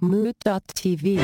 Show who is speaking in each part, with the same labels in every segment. Speaker 1: Mood.tv.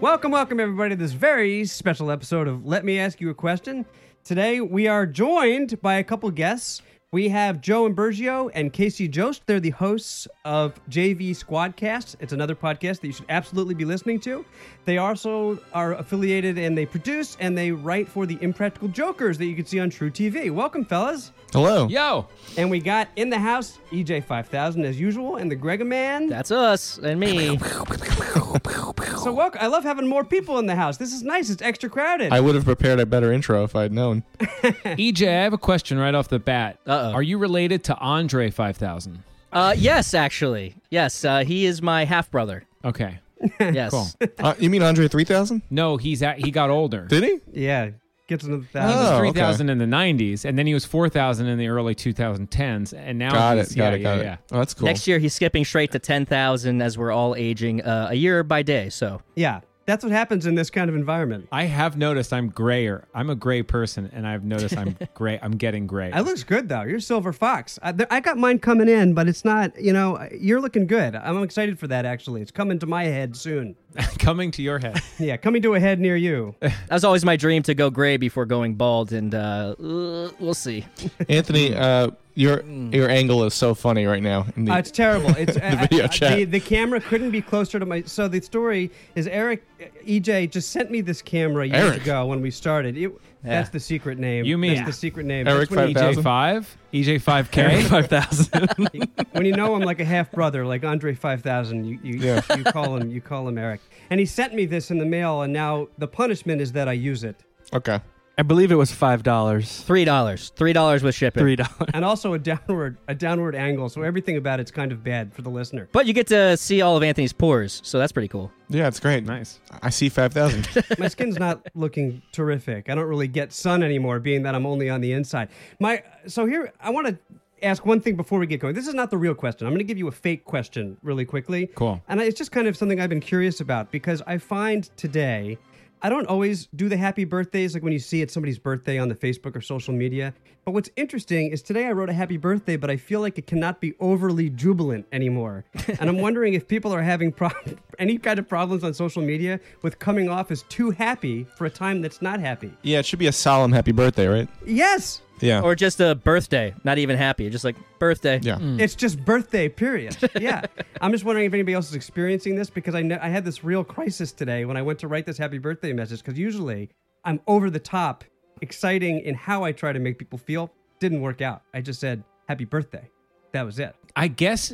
Speaker 2: Welcome, welcome everybody to this very special episode of Let Me Ask You a Question. Today we are joined by a couple guests. We have Joe Imbergio and Casey Jost. They're the hosts of JV Squadcast. It's another podcast that you should absolutely be listening to. They also are affiliated and they produce and they write for the Impractical Jokers that you can see on True TV. Welcome, fellas.
Speaker 3: Hello.
Speaker 4: Yo,
Speaker 2: And we got in the house E EJ5000 as usual and the Grega Man.
Speaker 5: That's us and me.
Speaker 2: so welcome. I love having more people in the house. This is nice. It's extra crowded.
Speaker 3: I would have prepared a better intro if I'd known.
Speaker 4: EJ, E I have a question right off the bat.
Speaker 5: Uh-oh.
Speaker 4: Are you related to Andre 5000?
Speaker 5: Uh, yes, actually, yes. Uh, he is my half brother.
Speaker 4: Okay.
Speaker 5: Yes.
Speaker 4: Cool.
Speaker 3: Uh, you mean Andre 3000?
Speaker 4: No, he's at, he got older.
Speaker 3: Did he?
Speaker 2: Yeah, gets another
Speaker 4: He
Speaker 2: thousand.
Speaker 4: was
Speaker 3: Oh, okay.
Speaker 4: 3000 in the 90s and then he was 4000 in the early 2010s and now
Speaker 3: Got
Speaker 4: he's,
Speaker 3: it. Got
Speaker 4: yeah,
Speaker 3: it. Got
Speaker 4: yeah,
Speaker 3: it.
Speaker 4: yeah.
Speaker 3: Oh, that's cool.
Speaker 5: Next year, he's skipping straight to ten thousand as we're all aging uh, a year by day. So
Speaker 2: Yeah, that's what happens in this kind of environment.
Speaker 4: I have noticed I'm grayer. I'm a gray person and I've noticed I'm gray. I'm getting gray.
Speaker 2: It looks good though. You're a silver fox. I, there, I got mine coming in, but it's not. You know, you're looking good. I'm excited for that. Actually, it's coming to my head soon.
Speaker 4: Coming to your head.
Speaker 2: Yeah, coming to a head near you. Uh,
Speaker 5: that was always my dream to go gray before going bald, and uh, uh, we'll see.
Speaker 3: Anthony, uh, your your angle is so funny right now. In the-
Speaker 2: Uh, it's terrible. It's the
Speaker 3: video chat.
Speaker 2: The, the camera couldn't be closer to my. So the story is Eric, EJ just sent me this camera years
Speaker 3: Eric.
Speaker 2: ago when we started. It, That's the secret name.
Speaker 4: You mean-
Speaker 2: that's the secret name?
Speaker 3: Eric
Speaker 2: That's E when you-
Speaker 4: E
Speaker 3: 5000?
Speaker 4: EJ5? EJ5K? 5000.
Speaker 2: when you know him like a half brother, like Andre Five Thousand, you you,
Speaker 3: Yeah.
Speaker 2: you call him you call him Eric. And he sent me this in the mail, and now the punishment is that I use it,
Speaker 3: okay.
Speaker 6: I believe it was five dollars.
Speaker 5: Three dollars. Three dollars with shipping.
Speaker 6: Three dollars.
Speaker 2: and also a downward a downward angle. So everything about it's kind of bad for the listener.
Speaker 5: But you get to see all of Anthony's pores, so that's pretty cool.
Speaker 3: Yeah, it's great.
Speaker 4: nice.
Speaker 3: I see 5,000.
Speaker 2: My skin's not looking terrific. I don't really get sun anymore, being that I'm only on the inside. My so here I want to ask one thing before we get going. This is not the real question. I'm going to give you a fake question really quickly.
Speaker 4: Cool.
Speaker 2: And I- it's just kind of something I've been curious about because I find today. I don't always do the happy birthdays like when you see it's somebody's birthday on the Facebook or social media. But what's interesting is today I wrote a happy birthday, but I feel like it cannot be overly jubilant anymore. and I'm wondering if people are having pro- any kind of problems on social media with coming off as too happy for a time that's not happy.
Speaker 3: yeah, it should be a solemn happy birthday, right?
Speaker 2: Yes,
Speaker 3: Yeah.
Speaker 5: Or just a birthday. Not even happy. Just like birthday.
Speaker 3: Oh. yeah.
Speaker 2: It's just birthday, period. Yeah. I'm just wondering if anybody else is experiencing this because I know I had this real crisis today when I went to write this happy birthday message because usually I'm over the top, exciting in how I try to make people feel. Didn't work out. I just said happy birthday. That was it.
Speaker 4: I guess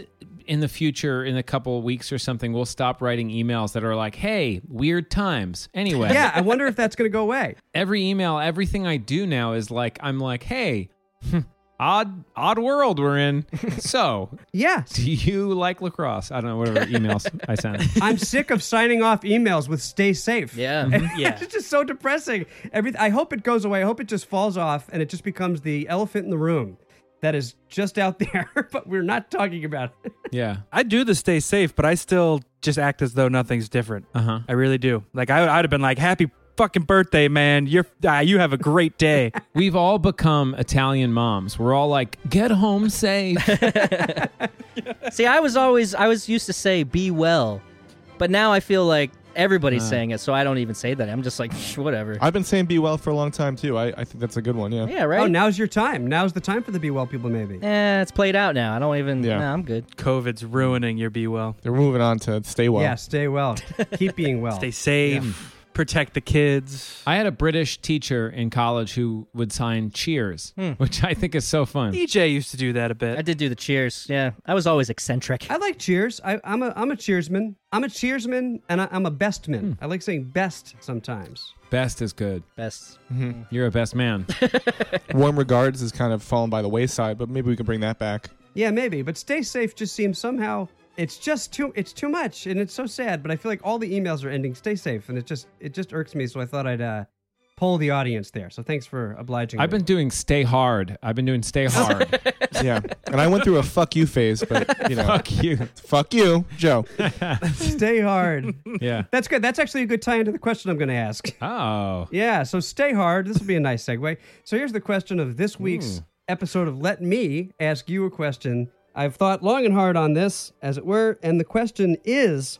Speaker 4: in the future, in a couple of weeks or something, we'll stop writing emails that are like, hey, weird times. Anyway,
Speaker 2: Yeah. I wonder if that's going to go away.
Speaker 4: every email, everything I do now is like, I'm like, hey, hmm, odd, odd world we're in. so,
Speaker 2: Yeah.
Speaker 4: do you like lacrosse? I don't know, whatever emails I send.
Speaker 2: I'm sick of signing off emails with stay safe.
Speaker 5: Yeah. yeah.
Speaker 2: it's just so depressing. Everything. I hope it goes away. I hope it just falls off and it just becomes the elephant in the room that is just out there, but we're not talking about it.
Speaker 4: Yeah.
Speaker 6: I do the stay safe, but I still just act as though nothing's different.
Speaker 4: Uh
Speaker 1: Uh-huh.
Speaker 4: huh.
Speaker 6: I really do. Like I, I'd have been like, "Happy fucking birthday, man! You're ah, you have a great day."
Speaker 4: We've all become Italian moms. We're all like, get home safe.
Speaker 5: See, I was always I was used to say be well, but now I feel like everybody's saying it, so I don't even say that. I'm just like "Psh, whatever.
Speaker 3: I've been saying be well for a long time, too. I, I think that's a good one. Yeah.
Speaker 5: yeah, right.
Speaker 2: Oh, now's your time. Now's the time for the Be Well people, maybe.
Speaker 5: Eh, it's played out now. I don't even.
Speaker 3: Yeah.
Speaker 5: Nah, I'm good.
Speaker 6: COVID's ruining your be well.
Speaker 3: They're moving on to stay well.
Speaker 2: Yeah, stay well. Keep being well.
Speaker 6: Stay safe. Protect the kids.
Speaker 4: I had a British teacher in college who would sign cheers, which I think is so fun.
Speaker 6: EJ used to do that a
Speaker 5: I
Speaker 6: bit.
Speaker 5: did do the cheers. Yeah, I was always eccentric.
Speaker 2: I like cheers. I, I'm a I'm a cheersman. I'm a cheersman, and I, I'm a bestman. I like saying best sometimes.
Speaker 4: Best is good.
Speaker 5: Best.
Speaker 4: You're a best man.
Speaker 3: Warm regards is kind of fallen by the wayside, but maybe we can bring that back.
Speaker 2: Yeah, maybe. But stay safe just seems somehow it's just too it's too much, and it's so sad. But I feel like all the emails are ending stay safe, and it just it just irks me. So I thought I'd uh, poll the audience there. So thanks for obliging.
Speaker 4: I've
Speaker 2: me.
Speaker 4: been doing stay hard. I've been doing stay hard.
Speaker 3: yeah. And I went through a fuck you phase, but you know, fuck,
Speaker 4: you.
Speaker 3: you, Joe.
Speaker 2: stay hard.
Speaker 4: Yeah.
Speaker 2: That's good. That's actually a good tie into the question I'm going to ask.
Speaker 4: Oh.
Speaker 2: Yeah, so stay hard. This will be a nice segue. So here's the question of this week's episode of Let Me Ask You a Question. I've thought long and hard on this, as it were, and the question is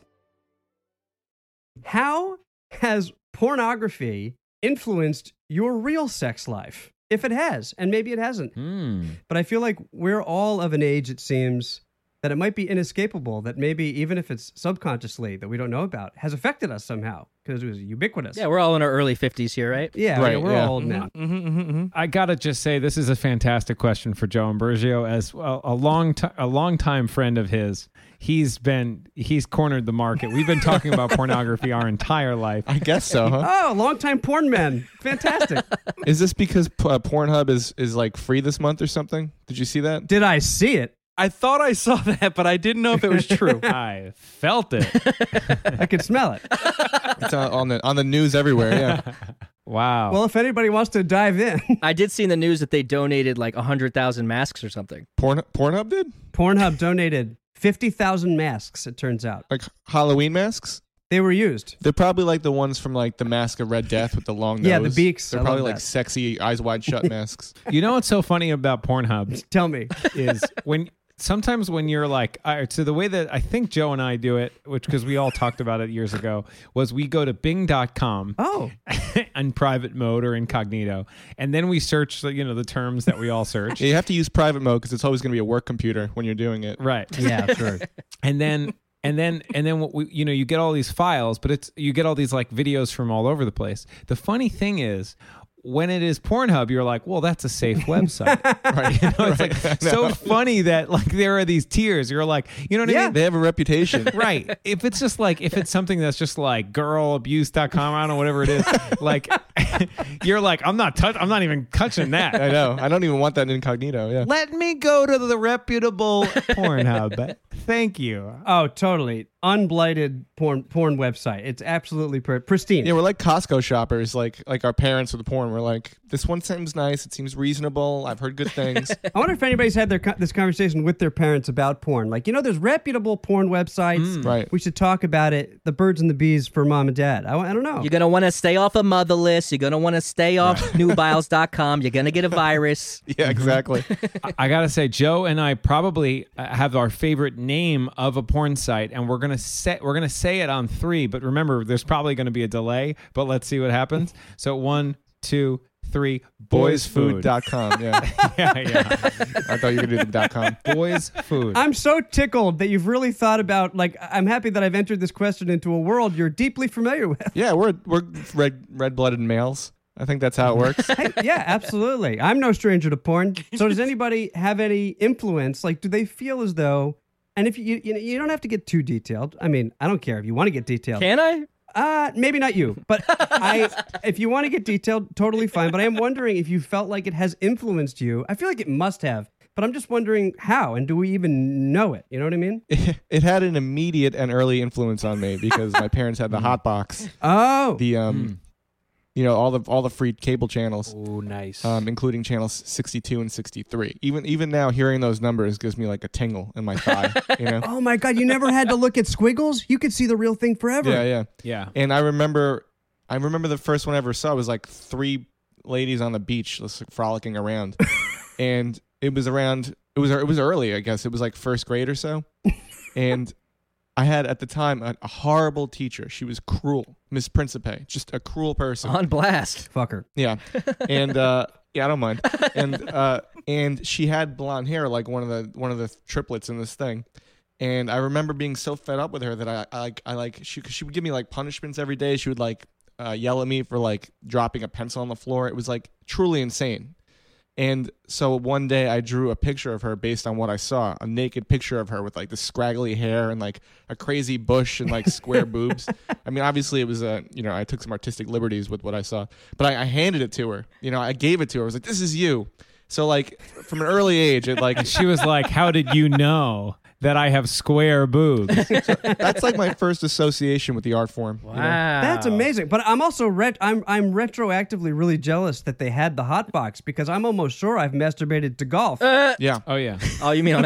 Speaker 2: How has pornography influenced your real sex life? If it has, and maybe it hasn't.
Speaker 4: Hmm.
Speaker 2: But I feel like we're all of an age, it seems, that it might be inescapable that maybe even if it's subconsciously that we don't know about, has affected us somehow because it was ubiquitous.
Speaker 5: Yeah, we're all in our early 50s here, right?
Speaker 2: Yeah,
Speaker 3: Right,
Speaker 2: yeah, we're
Speaker 3: yeah.
Speaker 2: all old now.
Speaker 4: I gotta just say this is a fantastic question for Joe Ambrosio as a, a long time a long time friend of his. He's been he's cornered the market. We've been talking about pornography our entire life.
Speaker 3: I guess so, huh?
Speaker 2: Oh, longtime porn men. Fantastic.
Speaker 3: Is this because p- uh, Pornhub is is like free this month or something? Did you see that?
Speaker 2: Did I see it?
Speaker 6: I thought I saw that, but I didn't know if it was true.
Speaker 4: I felt it.
Speaker 2: I could smell it.
Speaker 3: It's on, on the on the news everywhere. Yeah.
Speaker 4: Wow.
Speaker 2: Well, if anybody wants to dive in,
Speaker 5: I did see in the news that they donated like 100,000 masks or something.
Speaker 3: Porn Pornhub did
Speaker 2: Pornhub donated 50,000 masks, it turns out.
Speaker 3: like Halloween masks.
Speaker 2: They were used.
Speaker 3: They're probably like the ones from like the Mask of Red Death with the long nose.
Speaker 2: Yeah, the beaks.
Speaker 3: They're
Speaker 2: I love
Speaker 3: probably like
Speaker 2: that.
Speaker 3: sexy eyes wide shut masks.
Speaker 4: you know what's so funny about Pornhub
Speaker 2: Tell me.
Speaker 4: is when sometimes when you're like all right, so the way that I think Joe and I do it, which because we all talked about it years ago, was we go to Bing.com
Speaker 2: Oh,
Speaker 4: on private mode or incognito, and then we search the you know the terms that we all search.
Speaker 3: you have to use private mode because it's always going to be a work computer when you're doing it.
Speaker 4: Right.
Speaker 2: yeah, sure.
Speaker 4: and then and then and then what we, you know you get all these files but it's you get all these like videos from all over the place the funny thing is when it is Pornhub, you're like, well, that's a safe website. right. You know, it's like so funny that like there are these tiers. You're like, you know what I
Speaker 2: Yeah.
Speaker 4: mean?
Speaker 3: They have a reputation.
Speaker 4: right if it's just like if it's something that's just like girlabuse.com i don't know whatever it is like you're like i'm not touch- i'm not even touching
Speaker 3: I
Speaker 4: that
Speaker 3: know. I don't even want that incognito. Yeah.
Speaker 4: let me go to the reputable pornhub thank you
Speaker 2: Oh, totally. Unblighted porn porn website. It's absolutely pr- pristine.
Speaker 3: Yeah, we're like Costco shoppers, like like our parents with porn. We're like, this one seems nice. It seems reasonable. I've heard good things.
Speaker 2: I wonder if anybody's had their co- this conversation with their parents about porn. Like, you know, there's reputable porn websites.
Speaker 3: Right.
Speaker 2: We should talk about it. The birds and the bees for mom and dad. I, I don't know.
Speaker 5: You're going to want to stay off of Motherless. You're going to want to stay off newbiles.com. You're going to get a virus.
Speaker 3: yeah, exactly.
Speaker 4: I- I gotta say, Joe and I probably uh, have our favorite name of a porn site, and we're gonna say we're gonna say it on three. But remember, there's probably gonna be a delay. But let's see what happens. So one, two, three. Boys food.
Speaker 3: Boysfood.com. Yeah,
Speaker 4: yeah, yeah.
Speaker 3: I thought you could do the dot com.
Speaker 4: Boys food.
Speaker 2: I'm so tickled that you've really thought about like I- I'm happy that I've entered this question into a world you're deeply familiar with.
Speaker 3: Yeah, we're we're red red blooded males. I think that's how it works.
Speaker 2: Hey, yeah, absolutely. I'm no stranger to porn. So does anybody have any influence? Like do they feel as though and if you you, know, you don't have to get too detailed. I mean, I don't care if you want to get detailed.
Speaker 5: Can I?
Speaker 2: Uh, maybe not you, but I. If you want to get detailed, totally fine. But I am wondering if you felt like it has influenced you. I feel like it must have, but I'm just wondering how and do we even know it? You know what I mean?
Speaker 3: It had an immediate and early influence on me because my parents
Speaker 4: Hmm.
Speaker 3: had the hot box,
Speaker 2: Oh,
Speaker 3: the um, you know all the all the free cable channels.
Speaker 6: Oh, nice.
Speaker 3: Um, including channels 62 and 63. Even even now, hearing those numbers gives me like a tingle in my thigh. You know?
Speaker 2: oh my God! You never had to look at squiggles. You could see the real thing forever.
Speaker 3: Yeah, yeah.
Speaker 4: yeah.
Speaker 3: And I remember, I remember the first one I ever saw was like three ladies on the beach, just like, frolicking around, and it was around. It was it was early, I guess. It was like first grade or so, and I had at the time a, a horrible teacher. She was cruel, Miss Principe, just a cruel person.
Speaker 5: On blast.
Speaker 2: Fucker.
Speaker 3: Yeah, and uh, yeah, I don't mind. And uh, and she had blonde hair, like one of the one of the triplets in this thing. And I remember being so fed up with her that I, I like I like she 'cause she would give me like punishments every day. She would like uh, yell at me for like dropping a pencil on the floor. It was like truly insane. And so one day I drew a picture of her based on what I saw, a naked picture of her with like the scraggly hair and like a crazy bush and like square boobs. I mean, obviously it was a, you know, I took some artistic liberties with what I saw, but I, I handed it to her. You know, I gave it to her. I was like, this is you. So like from an early age, it like
Speaker 4: She was like, "How did you know that I have square boobs.
Speaker 3: That's like my first association with the art form. you
Speaker 5: Wow.
Speaker 3: know?
Speaker 2: That's amazing. But I'm also ret- I'm I'm retroactively really jealous that they had the hot box because I'm almost sure I've masturbated to golf
Speaker 3: Yeah.
Speaker 4: oh yeah.
Speaker 5: Oh, you mean on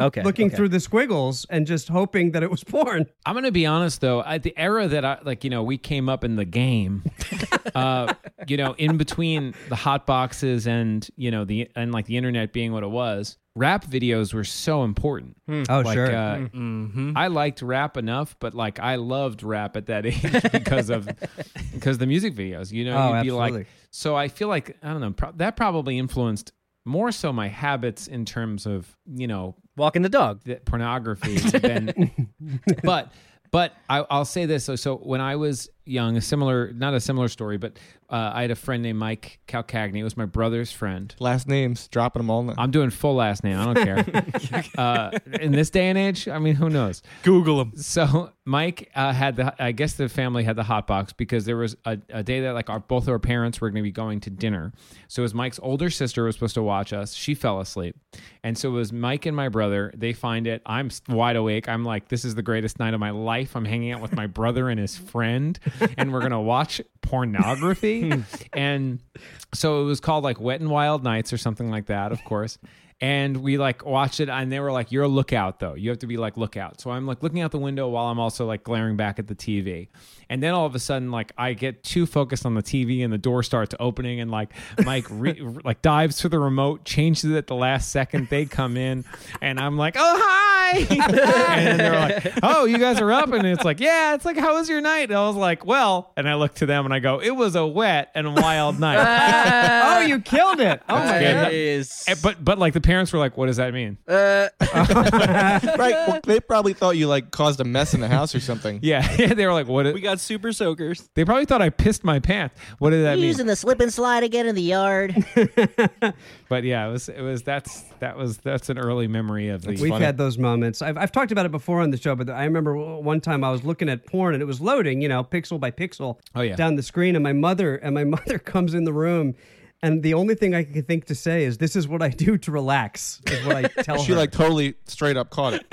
Speaker 5: Okay.
Speaker 2: looking
Speaker 5: okay.
Speaker 2: through the squiggles and just hoping that it was porn.
Speaker 4: I'm gonna be honest though. At the era that I like, you know, we came up in the game, uh, you know, in between the hot boxes and you know the and like the internet being what it was, rap videos were so important.
Speaker 2: Oh
Speaker 4: like,
Speaker 2: sure.
Speaker 4: uh, I liked rap enough, but like I loved rap at that age because of because the music videos. You know,
Speaker 2: Oh,
Speaker 4: you'd be like,
Speaker 2: absolutely.
Speaker 4: so I feel like I don't know pro- that probably influenced more so my habits in terms of you know
Speaker 5: walking the dog.
Speaker 4: that pornography than but but I, I'll say this so so when I was young a similar not a similar story but uh, I had a friend named Mike Calcagney it was my brother's friend
Speaker 3: Last names, dropping them all now.
Speaker 4: I'm doing full last name I don't care uh, in this day and age I mean who knows
Speaker 6: Google them.
Speaker 4: so Mike uh, had the I guess the family had the hot box because there was a, a day that like our both our parents were going to be going to dinner. So it was Mike's older sister was supposed to watch us. She fell asleep, and so it was Mike and my brother. They find it. I'm s- wide awake. I'm like, this is the greatest night of my life. I'm hanging out with my brother and his friend, and we're gonna watch pornography. and so it was called like Wet and Wild Nights or something like that, of course. And we like watched it, and they were like, "You're a lookout, though. You have to be like lookout." So I'm like looking out the window while I'm also like glaring back at the TV. And then all of a sudden, like I get too focused on the TV, and the door starts opening, and like Mike re- like dives for the remote, changes it at the last second. They come in, and I'm like, "Oh hi!" and they're like, "Oh, you guys are up," and it's like, "Yeah." It's like, "How was your night?" And I was like, "Well," and I look to them, and I go, "It was a wet and wild night."
Speaker 2: oh, you killed it. Oh my
Speaker 4: good.
Speaker 2: god.
Speaker 5: Is-
Speaker 4: Eh, But but like the parents were like, "What does that mean?"
Speaker 1: Uh.
Speaker 3: right. Well, they probably thought you like caused a mess in the house or something.
Speaker 4: Yeah, yeah. They were like, "What?"
Speaker 1: We got super soakers.
Speaker 4: they probably thought I pissed my pants. What did that mean?
Speaker 7: using the slip and slide again in the yard.
Speaker 4: but yeah, it was it was that's that was that's an early memory of the.
Speaker 2: We've had those moments. I've, I've talked about it before on the show, but I remember w- one time I was looking at porn and it was loading, you know, pixel by pixel
Speaker 4: Oh, yeah.
Speaker 2: down the screen, and my mother and my mother comes in the room, and the only thing I could think to say is, "This is what I do to relax." Is what I tell
Speaker 3: She
Speaker 2: her.
Speaker 3: like totally straight up caught it.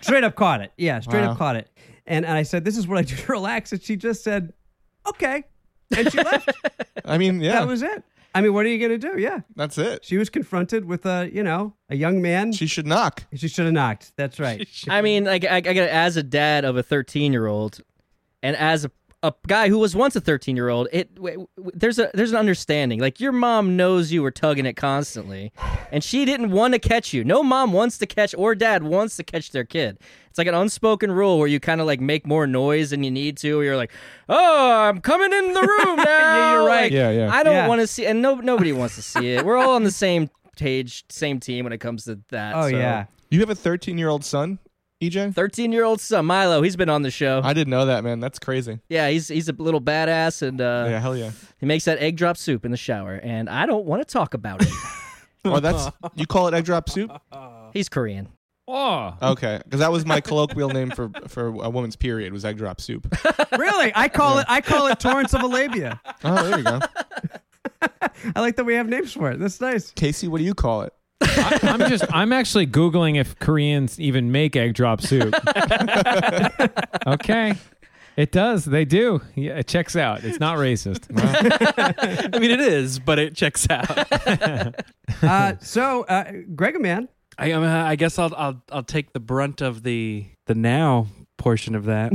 Speaker 2: straight up caught it. Yeah, straight
Speaker 3: Wow.
Speaker 2: up caught it. And and I said, "This is what I do to relax," and she just said, "Okay," and she left.
Speaker 3: I mean, yeah,
Speaker 2: That was it. I mean, what are you gonna do? Yeah,
Speaker 3: that's it.
Speaker 2: she was confronted with a you know a young man. She,
Speaker 3: She should knock.
Speaker 2: should have knocked. That's right.
Speaker 5: I mean, I, I, I got as a dad of a 13 year old, and as a, a guy who was once a 13 year old, it w- w- there's a there's an understanding. Like your mom knows you were tugging it constantly, and she didn't want to catch you. No mom wants to catch or dad wants to catch their kid. It's like an unspoken rule where you kind of like make more noise than you need to. Or you're like, oh, I'm coming in the room now. yeah,
Speaker 2: you're right.
Speaker 3: Yeah, yeah.
Speaker 5: I don't
Speaker 2: Yeah.
Speaker 5: want to see, and no nobody wants to see it. We're all on the same page, same team when it comes to that.
Speaker 2: Oh yeah.
Speaker 3: You have a 13 year old son, EJ.
Speaker 5: 13 year old son Milo, he's been on the show.
Speaker 3: I didn't know that, man. That's crazy.
Speaker 5: Yeah, he's he's a little badass, and uh,
Speaker 3: yeah, hell yeah.
Speaker 5: he makes that egg drop soup in the shower, and I don't want to talk about it.
Speaker 3: Oh, that's you call it egg drop soup?
Speaker 5: he's Korean.
Speaker 4: oh,
Speaker 3: Okay, because that was my colloquial name for for a woman's period was egg drop soup.
Speaker 2: Really? I call it I call it Torrance of Alabia.
Speaker 3: Oh, there you go.
Speaker 2: I like that we have names for it. That's nice.
Speaker 3: Casey, what do you call it?
Speaker 4: I, I'm just I'm actually googling if Koreans even make egg drop soup. okay, it does. They do. Yeah, it checks out. It's not racist.
Speaker 1: I mean, it is, but it checks out.
Speaker 2: Uh, so, uh, Greg, man,
Speaker 1: I, um, I guess I'll, I'll I'll take the brunt of the the now portion of that,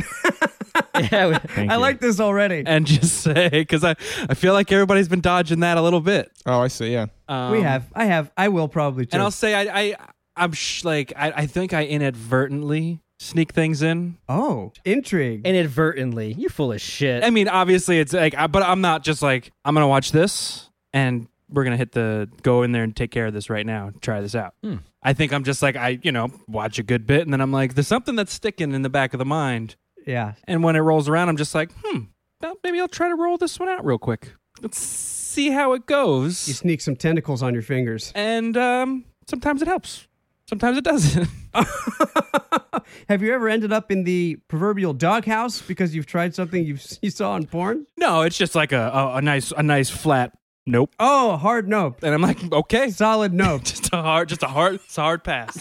Speaker 5: Yeah, uh, we-
Speaker 4: Thank
Speaker 2: I
Speaker 4: you.
Speaker 2: like this already.
Speaker 1: and just say because I I feel like everybody's been dodging that a little bit.
Speaker 3: Oh, I see. Yeah.
Speaker 1: Um,
Speaker 2: we have, I have, I will probably too.
Speaker 1: and I'll say I I I'm sh- like I, I think I inadvertently sneak things in.
Speaker 2: oh, intrigue.
Speaker 5: inadvertently, you full of shit.
Speaker 1: I mean, obviously it's like, I, but I'm not just like I'm gonna watch this and we're gonna hit the go in there and take care of this right now. Try this out.
Speaker 4: Hmm.
Speaker 1: I think I'm just like I you know watch a good bit and then I'm like there's something that's sticking in the back of the mind.
Speaker 2: yeah.
Speaker 1: And when it rolls around, I'm just like hmm, well, maybe I'll try to roll this one out real quick. Let's see how it
Speaker 2: You
Speaker 1: goes.
Speaker 2: sneak some tentacles on your fingers.
Speaker 1: And um, sometimes it helps. Sometimes it doesn't.
Speaker 2: have you ever ended up in the proverbial doghouse because you've tried something you you saw on porn?
Speaker 1: no, it's just like a, a a nice a nice flat nope.
Speaker 2: Oh, hard nope.
Speaker 1: And I'm like okay.
Speaker 2: Solid nope.
Speaker 1: Just a hard, just a hard, it's a hard pass.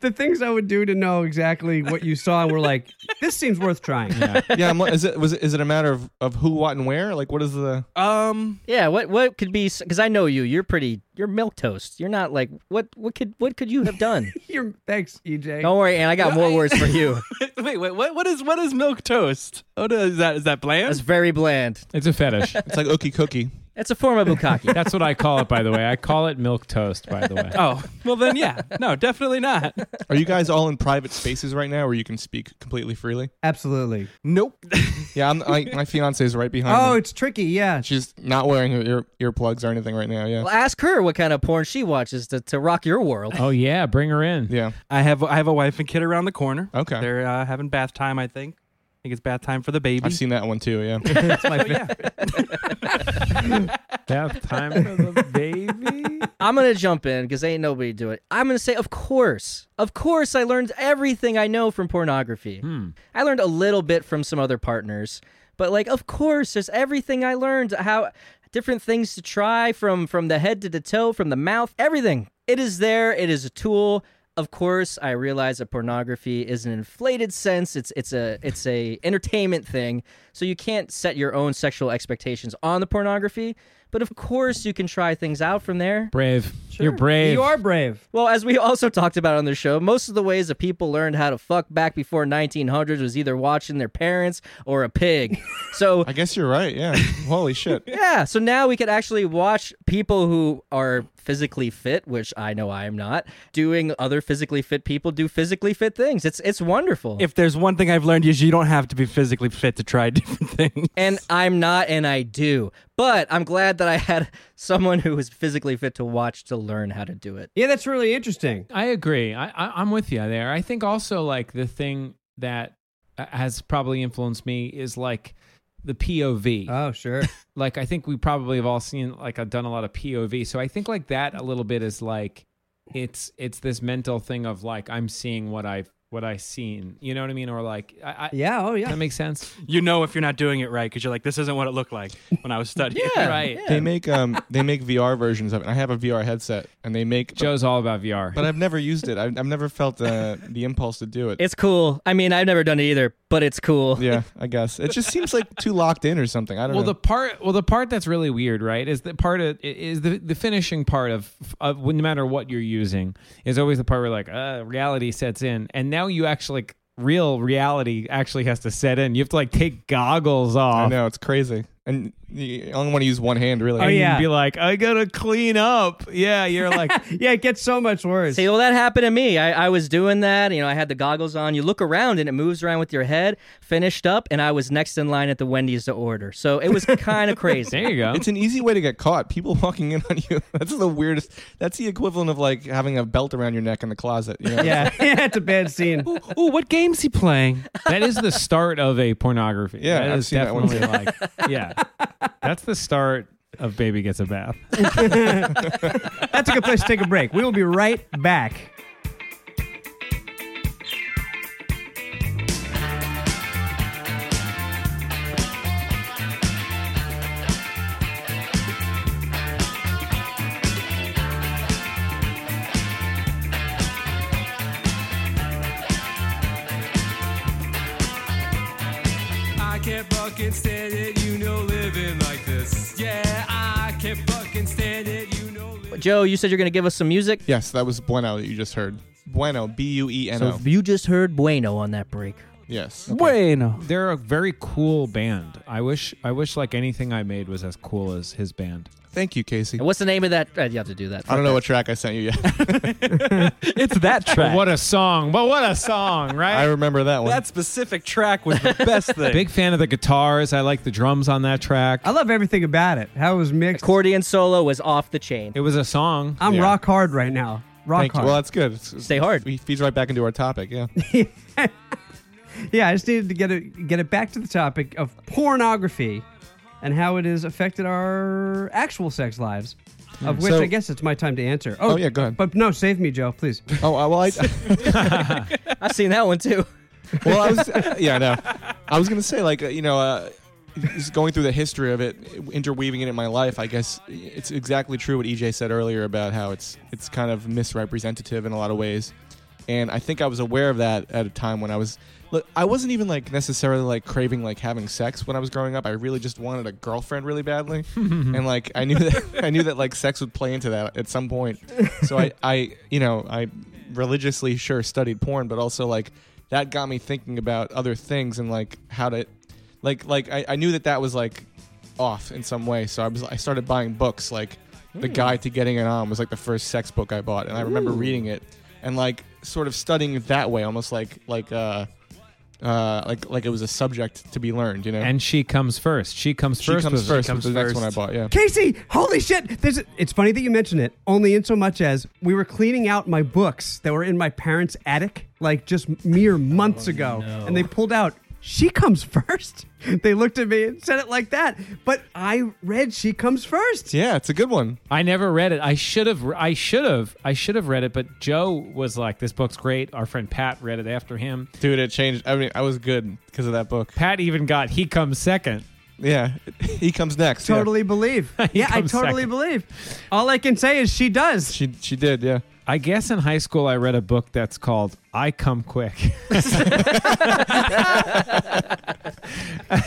Speaker 2: the things I would do to know exactly what you saw were like, this seems worth trying.
Speaker 3: yeah, I'm, like, is it was it, is it a matter of, of who, what, and where? Like, what is the?
Speaker 1: Um,
Speaker 5: Yeah, what what could be? Because I know you. You're pretty. You're milk toast. You're not like what what could what could you have done?
Speaker 2: You're, thanks, E EJ.
Speaker 5: Don't worry, and I got more words for you.
Speaker 1: wait, wait, what? What is what is milk toast? Oh, is that is that
Speaker 5: That's
Speaker 1: bland?
Speaker 5: very bland.
Speaker 4: It's a fetish.
Speaker 3: It's like ookie cookie.
Speaker 5: That's a form of bukkake.
Speaker 4: That's what I call it, by the way. I call it milk toast, by the way.
Speaker 1: Oh, well then, yeah, no, definitely not.
Speaker 3: Are you guys all in private spaces right now where you can speak completely freely?
Speaker 2: Absolutely.
Speaker 1: Nope.
Speaker 3: Yeah, I'm like my fiance is right behind.
Speaker 2: Oh,
Speaker 3: me.
Speaker 2: it's tricky. Yeah.
Speaker 3: she's not wearing her ear earplugs or anything right now. Yeah,
Speaker 5: well, ask her what kind of porn she watches to, to rock your world.
Speaker 4: Oh, yeah, bring her in.
Speaker 3: yeah.
Speaker 1: I have I have a wife and kid around the corner.
Speaker 3: Okay.
Speaker 1: they're uh, having bath time. I think. I think it's bath time for the baby.
Speaker 3: I've seen that one too. Yeah,
Speaker 2: That's my fa-
Speaker 4: Have time for the baby.
Speaker 5: I'm gonna jump in because ain't nobody do it. I'm gonna say, of course, of course, I learned everything I know from pornography. I learned a little bit from some other partners, but like, of course, there's everything I learned how different things to try from from the head to the toe, from the mouth, everything. It is there. It is a tool. Of course, I realize that pornography is an inflated sense. It's it's a it's a entertainment thing. So you can't set your own sexual expectations on the pornography. But of course, you can try things out from there.
Speaker 4: Brave. You're brave.
Speaker 2: You are brave.
Speaker 5: Well, as we also talked about on the show, most of the ways that people learned how to fuck back before 1900s was either watching their parents or a pig. So,
Speaker 3: I guess you're right. Yeah, holy shit.
Speaker 5: yeah, so now we could actually watch people who are physically fit, which I know I am not, doing other physically fit people do physically fit things. It's it's wonderful.
Speaker 1: if there's one thing I've learned is you don't have to be physically fit to try different things.
Speaker 5: and I'm not and I do. But I'm glad that I had someone who was physically fit to watch to learn how to do it.
Speaker 2: Yeah, that's really interesting.
Speaker 4: I agree. I, I, I'm with you there. I think also like the thing that uh, has probably influenced me is like the POV.
Speaker 2: Oh, sure.
Speaker 4: like I think we probably have all seen like I've done a lot of POV. So I think like that a little bit is like it's it's this mental thing of like I'm seeing what I've what I've seen. You know what I mean? Or like I, I
Speaker 2: Yeah. Oh,
Speaker 4: That
Speaker 2: yeah.
Speaker 4: makes sense.
Speaker 1: You know if you're not doing it right because you're like, this isn't what it looked like when I was studying.
Speaker 5: Yeah,
Speaker 4: Right.
Speaker 5: yeah.
Speaker 3: They make um they make VR versions of it. I have a VR headset, and they make
Speaker 4: Joe's all about VR.
Speaker 3: but I've never used it. I've, I've never felt uh, the impulse to do it.
Speaker 5: It's cool. I mean, I've never done it either, but it's cool.
Speaker 3: yeah, I guess it just seems like too locked in or something. I don't
Speaker 4: well
Speaker 3: know.
Speaker 4: the part well the part that's really weird right is the part of is the, the finishing part of, of when- no matter what you're using is always the part where like uh, reality sets in and now you actually real reality actually has to set in you have to like take goggles
Speaker 3: I
Speaker 4: off
Speaker 3: know it's crazy, and you only want to use one hand really.
Speaker 2: Oh,
Speaker 4: and
Speaker 2: yeah.
Speaker 4: be like i gotta clean up yeah you're like
Speaker 2: Yeah, it gets so much worse.
Speaker 5: See, well, that happened to me. I, I was doing that. You know, I had the goggles on. You look around and it moves around with your head. Finished up, and I was next in line at the Wendy's to order. So it was kind of crazy.
Speaker 4: there you go
Speaker 3: It's an easy way to get caught. People walking in on you. That's the weirdest. That's the equivalent of like having a belt around your neck in the closet. You know?
Speaker 2: Yeah, yeah, it's a bad scene.
Speaker 1: Ooh, ooh, what game's he playing?
Speaker 4: that is the start of a pornography
Speaker 3: Yeah,
Speaker 4: that
Speaker 3: I've
Speaker 4: is
Speaker 3: seen that one
Speaker 4: definitely like yeah that's the start of baby gets a bath
Speaker 2: That's a good place to take a break. We will be right back.
Speaker 8: I can't fucking stand it, you know, living like this. Yeah, I can't fucking stand it, you know. Li-
Speaker 5: Joe, you said you're going to give us some music.
Speaker 3: Yes, that was Bueno that you just heard. Bueno, B U E N
Speaker 5: So
Speaker 3: O.
Speaker 5: you just heard Bueno on that break.
Speaker 3: Yes.
Speaker 1: Bueno.
Speaker 4: They're a very cool band. I wish I wish like anything I made was as cool as his band.
Speaker 3: Thank you, Casey.
Speaker 5: And what's the name of that? Uh, you have to do that.
Speaker 3: I don't know what track I sent you yet.
Speaker 1: It's that track.
Speaker 4: What a song. But what a song,
Speaker 3: I
Speaker 4: right?
Speaker 3: remember that one.
Speaker 1: that specific track was the best thing.
Speaker 4: Big fan of the guitars. I like the drums on that track.
Speaker 2: I love everything about it. How it was mixed.
Speaker 5: Accordion solo was off the chain.
Speaker 4: It was a song.
Speaker 2: I'm
Speaker 3: Yeah.
Speaker 2: rock hard right now. Rock
Speaker 3: Thank you.
Speaker 2: hard.
Speaker 3: Well, that's good. It's,
Speaker 5: Stay hard.
Speaker 3: He feeds right back into our topic. Yeah.
Speaker 2: yeah, I just needed to get it get it back to the topic of pornography and how it has affected our actual sex lives. Of which
Speaker 3: Hmm. So-
Speaker 2: I guess it's my time to answer.
Speaker 3: Oh, yeah, go ahead.
Speaker 2: But no, save me, Joe, please.
Speaker 3: Oh uh, well, I
Speaker 5: I've seen that one too.
Speaker 3: well I was yeah no. I was gonna say like uh, you know. Uh, just going through the history of it, interweaving it in my life, I guess it's E exactly true what EJ said earlier about how it's it's kind of misrepresentative in a lot of ways. and I think I was aware of that at a time when I was look I wasn't even like necessarily like craving like having sex when I was growing up I really just wanted a girlfriend really badly and like I knew that I knew that like sex would play into that at some point so I I you know I religiously sure studied porn but also like that got me thinking about other things and like how to like like I, I knew that that was like off in some way so I was I started buying books like the guide to getting it on was like the first sex book I bought and I remember reading it and like sort of studying it that way almost like like uh uh, like like it was a subject to be learned, you know.
Speaker 4: And she comes first. She comes
Speaker 3: she
Speaker 4: first.
Speaker 3: comes
Speaker 4: was-
Speaker 3: first.
Speaker 1: comes
Speaker 3: was the next one I
Speaker 1: first.
Speaker 3: bought, yeah.
Speaker 2: Casey, holy shit! There's a, it's funny that you mention it, only in so much as we were cleaning out my books that were in my parents' attic like just mere months
Speaker 4: Oh,
Speaker 2: ago, and they pulled out. She comes first. They looked at me and said it like that, but I read "She Comes First.
Speaker 3: Yeah, it's a good one.
Speaker 4: I never read it. I should have. I should have. I should have read it. But Joe was like, "This book's great." Our friend Pat read it after him.
Speaker 3: Dude, it changed. I mean, I was good because of that book.
Speaker 4: Pat even got "He Comes Second.
Speaker 3: Yeah, he comes next. yeah.
Speaker 2: Totally believe. Yeah, I
Speaker 4: comes
Speaker 2: totally
Speaker 4: second.
Speaker 2: believe. All I can say is she does.
Speaker 3: She she did, yeah.
Speaker 4: I guess in high school I read a book that's called "I Come Quick."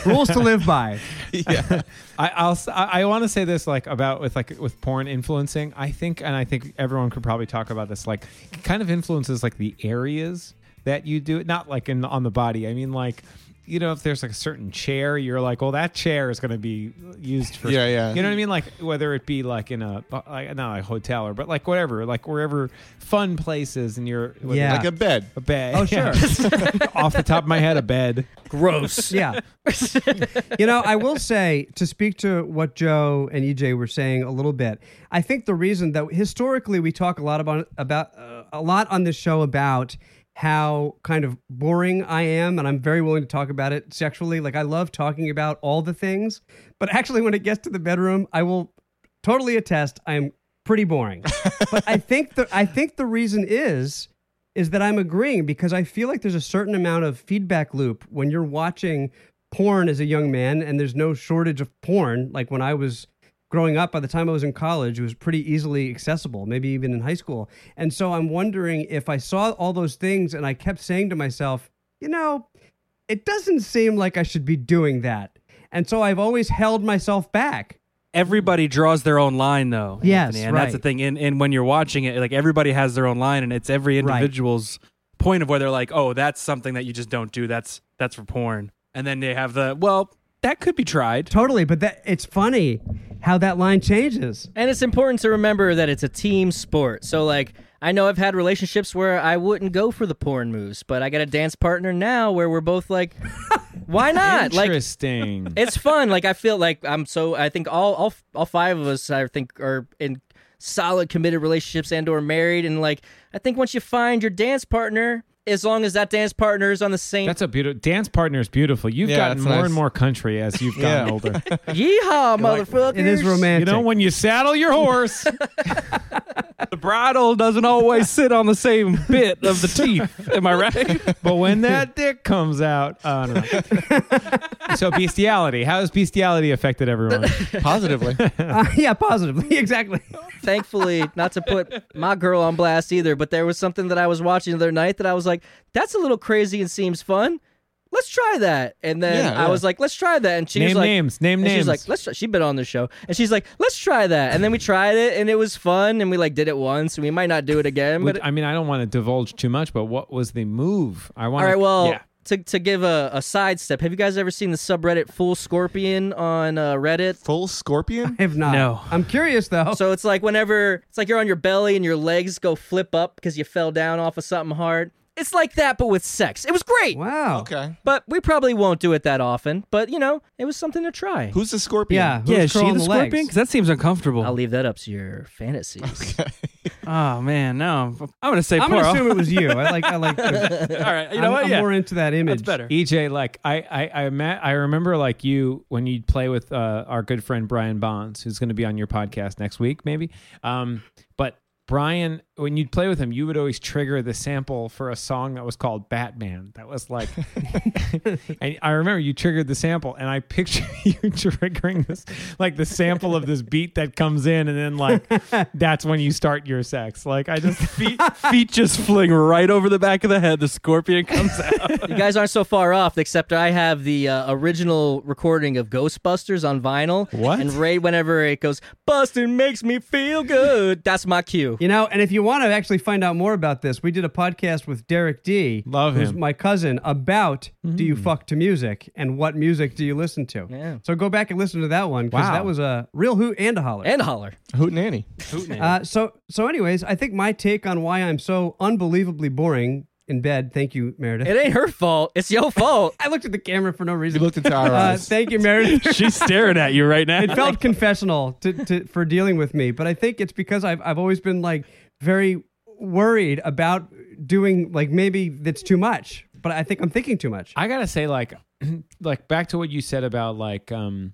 Speaker 2: Rules to live by.
Speaker 4: I, I'll. s- I, want to say this like about with like with porn influencing. I think, and I think everyone could probably talk about this. Like, it kind of influences like the areas that you do it. Not like in on the body. I mean, like you know, if there's like a certain chair, you're like, well, that chair is going to be used for.
Speaker 3: Yeah, yeah.
Speaker 4: You know what I mean? Like whether it be like in a uh, like, not a hotel or but like whatever, like wherever fun places, and you're whether-
Speaker 2: Yeah.
Speaker 3: Like a bed.
Speaker 4: A bed.
Speaker 2: Oh, sure.
Speaker 4: Off the top of my head, a bed.
Speaker 5: Gross.
Speaker 2: Yeah. you know, I will say to speak to what Joe and EJ were saying a little bit. I think the reason that historically we talk a lot about about uh, a lot on this show about how kind of boring I am and I'm very willing to talk about it sexually. Like I love talking about all the things, but actually when it gets to the bedroom, I will totally attest I am pretty boring. but I think the I think the reason is is that I'm agreeing because I feel like there's a certain amount of feedback loop when you're watching porn as a young man, and there's no shortage of porn. Like when I was growing up, by the time I was in college, it was pretty easily accessible, maybe even in high school. And so I'm wondering if I saw all those things and I kept saying to myself, you know, it doesn't seem like I should be doing that. And so I've always held myself back.
Speaker 1: everybody draws their own line though.
Speaker 2: Yes,
Speaker 1: Anthony, and that's the
Speaker 2: right.
Speaker 1: thing. And and when you're watching it, like everybody has their own line, and it's every
Speaker 2: Right.
Speaker 1: individual's point of where they're like, oh, that's something that you just don't do. That's that's for porn. And then they have the well, that could be tried.
Speaker 2: Totally, but that it's funny how that line changes.
Speaker 5: And it's important to remember that it's a team sport. So, like, I know I've had relationships where I wouldn't go for the porn moves, but I got a dance partner now where we're both like, why not? Like,
Speaker 4: Interesting.
Speaker 5: it's fun. Like, I feel like I'm so. I think all all all five of us, I think, are in solid committed relationships and or married. And like, I think once you find your dance partner, as long as that dance partner is on the same
Speaker 4: That's a beautiful dance partner is beautiful. You've
Speaker 3: Yeah,
Speaker 4: gotten
Speaker 3: that's
Speaker 4: more
Speaker 3: nice.
Speaker 4: and more country as you've gotten
Speaker 3: Yeah.
Speaker 4: older.
Speaker 5: yeehaw, motherfuckers.
Speaker 2: It is romantic.
Speaker 4: you know, when you saddle your horse,
Speaker 1: The bridle doesn't always sit on the same bit of the teeth. Am I right?
Speaker 4: but when that dick comes out, uh, I don't know. so bestiality. How has bestiality affected everyone?
Speaker 3: Positively.
Speaker 2: Uh, yeah, positively, exactly.
Speaker 5: thankfully, not to put my girl on blast either, but there was something that I was watching the other night that I was like, that's a little crazy and seems fun. Let's try that. And then
Speaker 3: Yeah,
Speaker 5: I
Speaker 3: yeah.
Speaker 5: was like, let's try that. And she was
Speaker 4: Name
Speaker 5: like,
Speaker 4: names, name
Speaker 5: and She's
Speaker 4: names.
Speaker 5: like, let's try. She'd been on the show. And she's like, let's try that. And then we tried it and it was fun. And we like did it once and we might not do it again. But
Speaker 4: Would- I mean, I don't want to divulge too much, but what was the move? I
Speaker 5: all
Speaker 4: want.
Speaker 5: right, well,
Speaker 4: yeah.
Speaker 5: to, to give a, a sidestep, have you guys ever seen the subreddit Full Scorpion on uh, Reddit?
Speaker 3: Full scorpion?
Speaker 2: If not,
Speaker 1: No.
Speaker 2: I'm curious though.
Speaker 5: So it's like whenever it's like you're on your belly and your legs go flip up because you fell down off of something hard. It's like that, but with sex. It was great,
Speaker 2: wow.
Speaker 3: Okay.
Speaker 5: but we probably won't do it that often. But you know, it was something to try.
Speaker 3: Who's the scorpion?
Speaker 2: Yeah. who's
Speaker 1: yeah, is she
Speaker 2: crawling
Speaker 1: the scorpion?
Speaker 2: legs?
Speaker 1: Because that seems uncomfortable.
Speaker 5: I'll leave that up to your fantasies.
Speaker 1: oh man, no. I'm gonna say
Speaker 2: I'm
Speaker 1: poor.
Speaker 2: gonna assume it was you. I like. I like.
Speaker 1: All right, you
Speaker 2: I'm,
Speaker 1: know what?
Speaker 2: I'm
Speaker 1: yeah,
Speaker 2: more into that image.
Speaker 1: that's better.
Speaker 4: EJ, E like I, I, I met, I remember like you when you'd play with uh, our good friend Brian Bonds, who's going to be on your podcast next week, maybe. Um, but Brian, when you'd play with him, you would always trigger the sample for a song that was called Batman. That was like, and I remember you triggered the sample, and I picture you triggering this, like the sample of this beat that comes in, and then like that's when you start your sex. Like I just
Speaker 1: Feet, feet just fling right over the back of the head. The scorpion comes out.
Speaker 5: You guys aren't so far off, except I have the uh, original recording of Ghostbusters on vinyl.
Speaker 4: What?
Speaker 5: And Ray, whenever it goes, Bustin' makes me feel good. That's my cue.
Speaker 2: You know, and if you want to actually find out more about this, we did a podcast with Derek D.
Speaker 4: Love
Speaker 2: who's
Speaker 4: him.
Speaker 2: my cousin, about do you fuck to music and what music do you listen to.
Speaker 5: Yeah.
Speaker 2: So go back and listen to that one because
Speaker 4: Wow.
Speaker 2: that was a real hoot and a holler.
Speaker 5: And holler.
Speaker 3: Hoot nanny.
Speaker 2: Uh, so, so, anyways, I think my take on why I'm so unbelievably boring in bed. Thank you, Meredith.
Speaker 5: It ain't her fault. It's your fault.
Speaker 2: I looked at the camera for no
Speaker 3: You
Speaker 2: reason.
Speaker 3: looked into our
Speaker 2: uh,
Speaker 3: eyes.
Speaker 2: thank you, Meredith.
Speaker 1: She's staring at you right now.
Speaker 2: it felt confessional to, to for dealing with me, but I think it's because I've I've always been like very worried about doing like maybe that's too much. But I think I'm thinking too much.
Speaker 4: I gotta say, like, like back to what you said about like, um,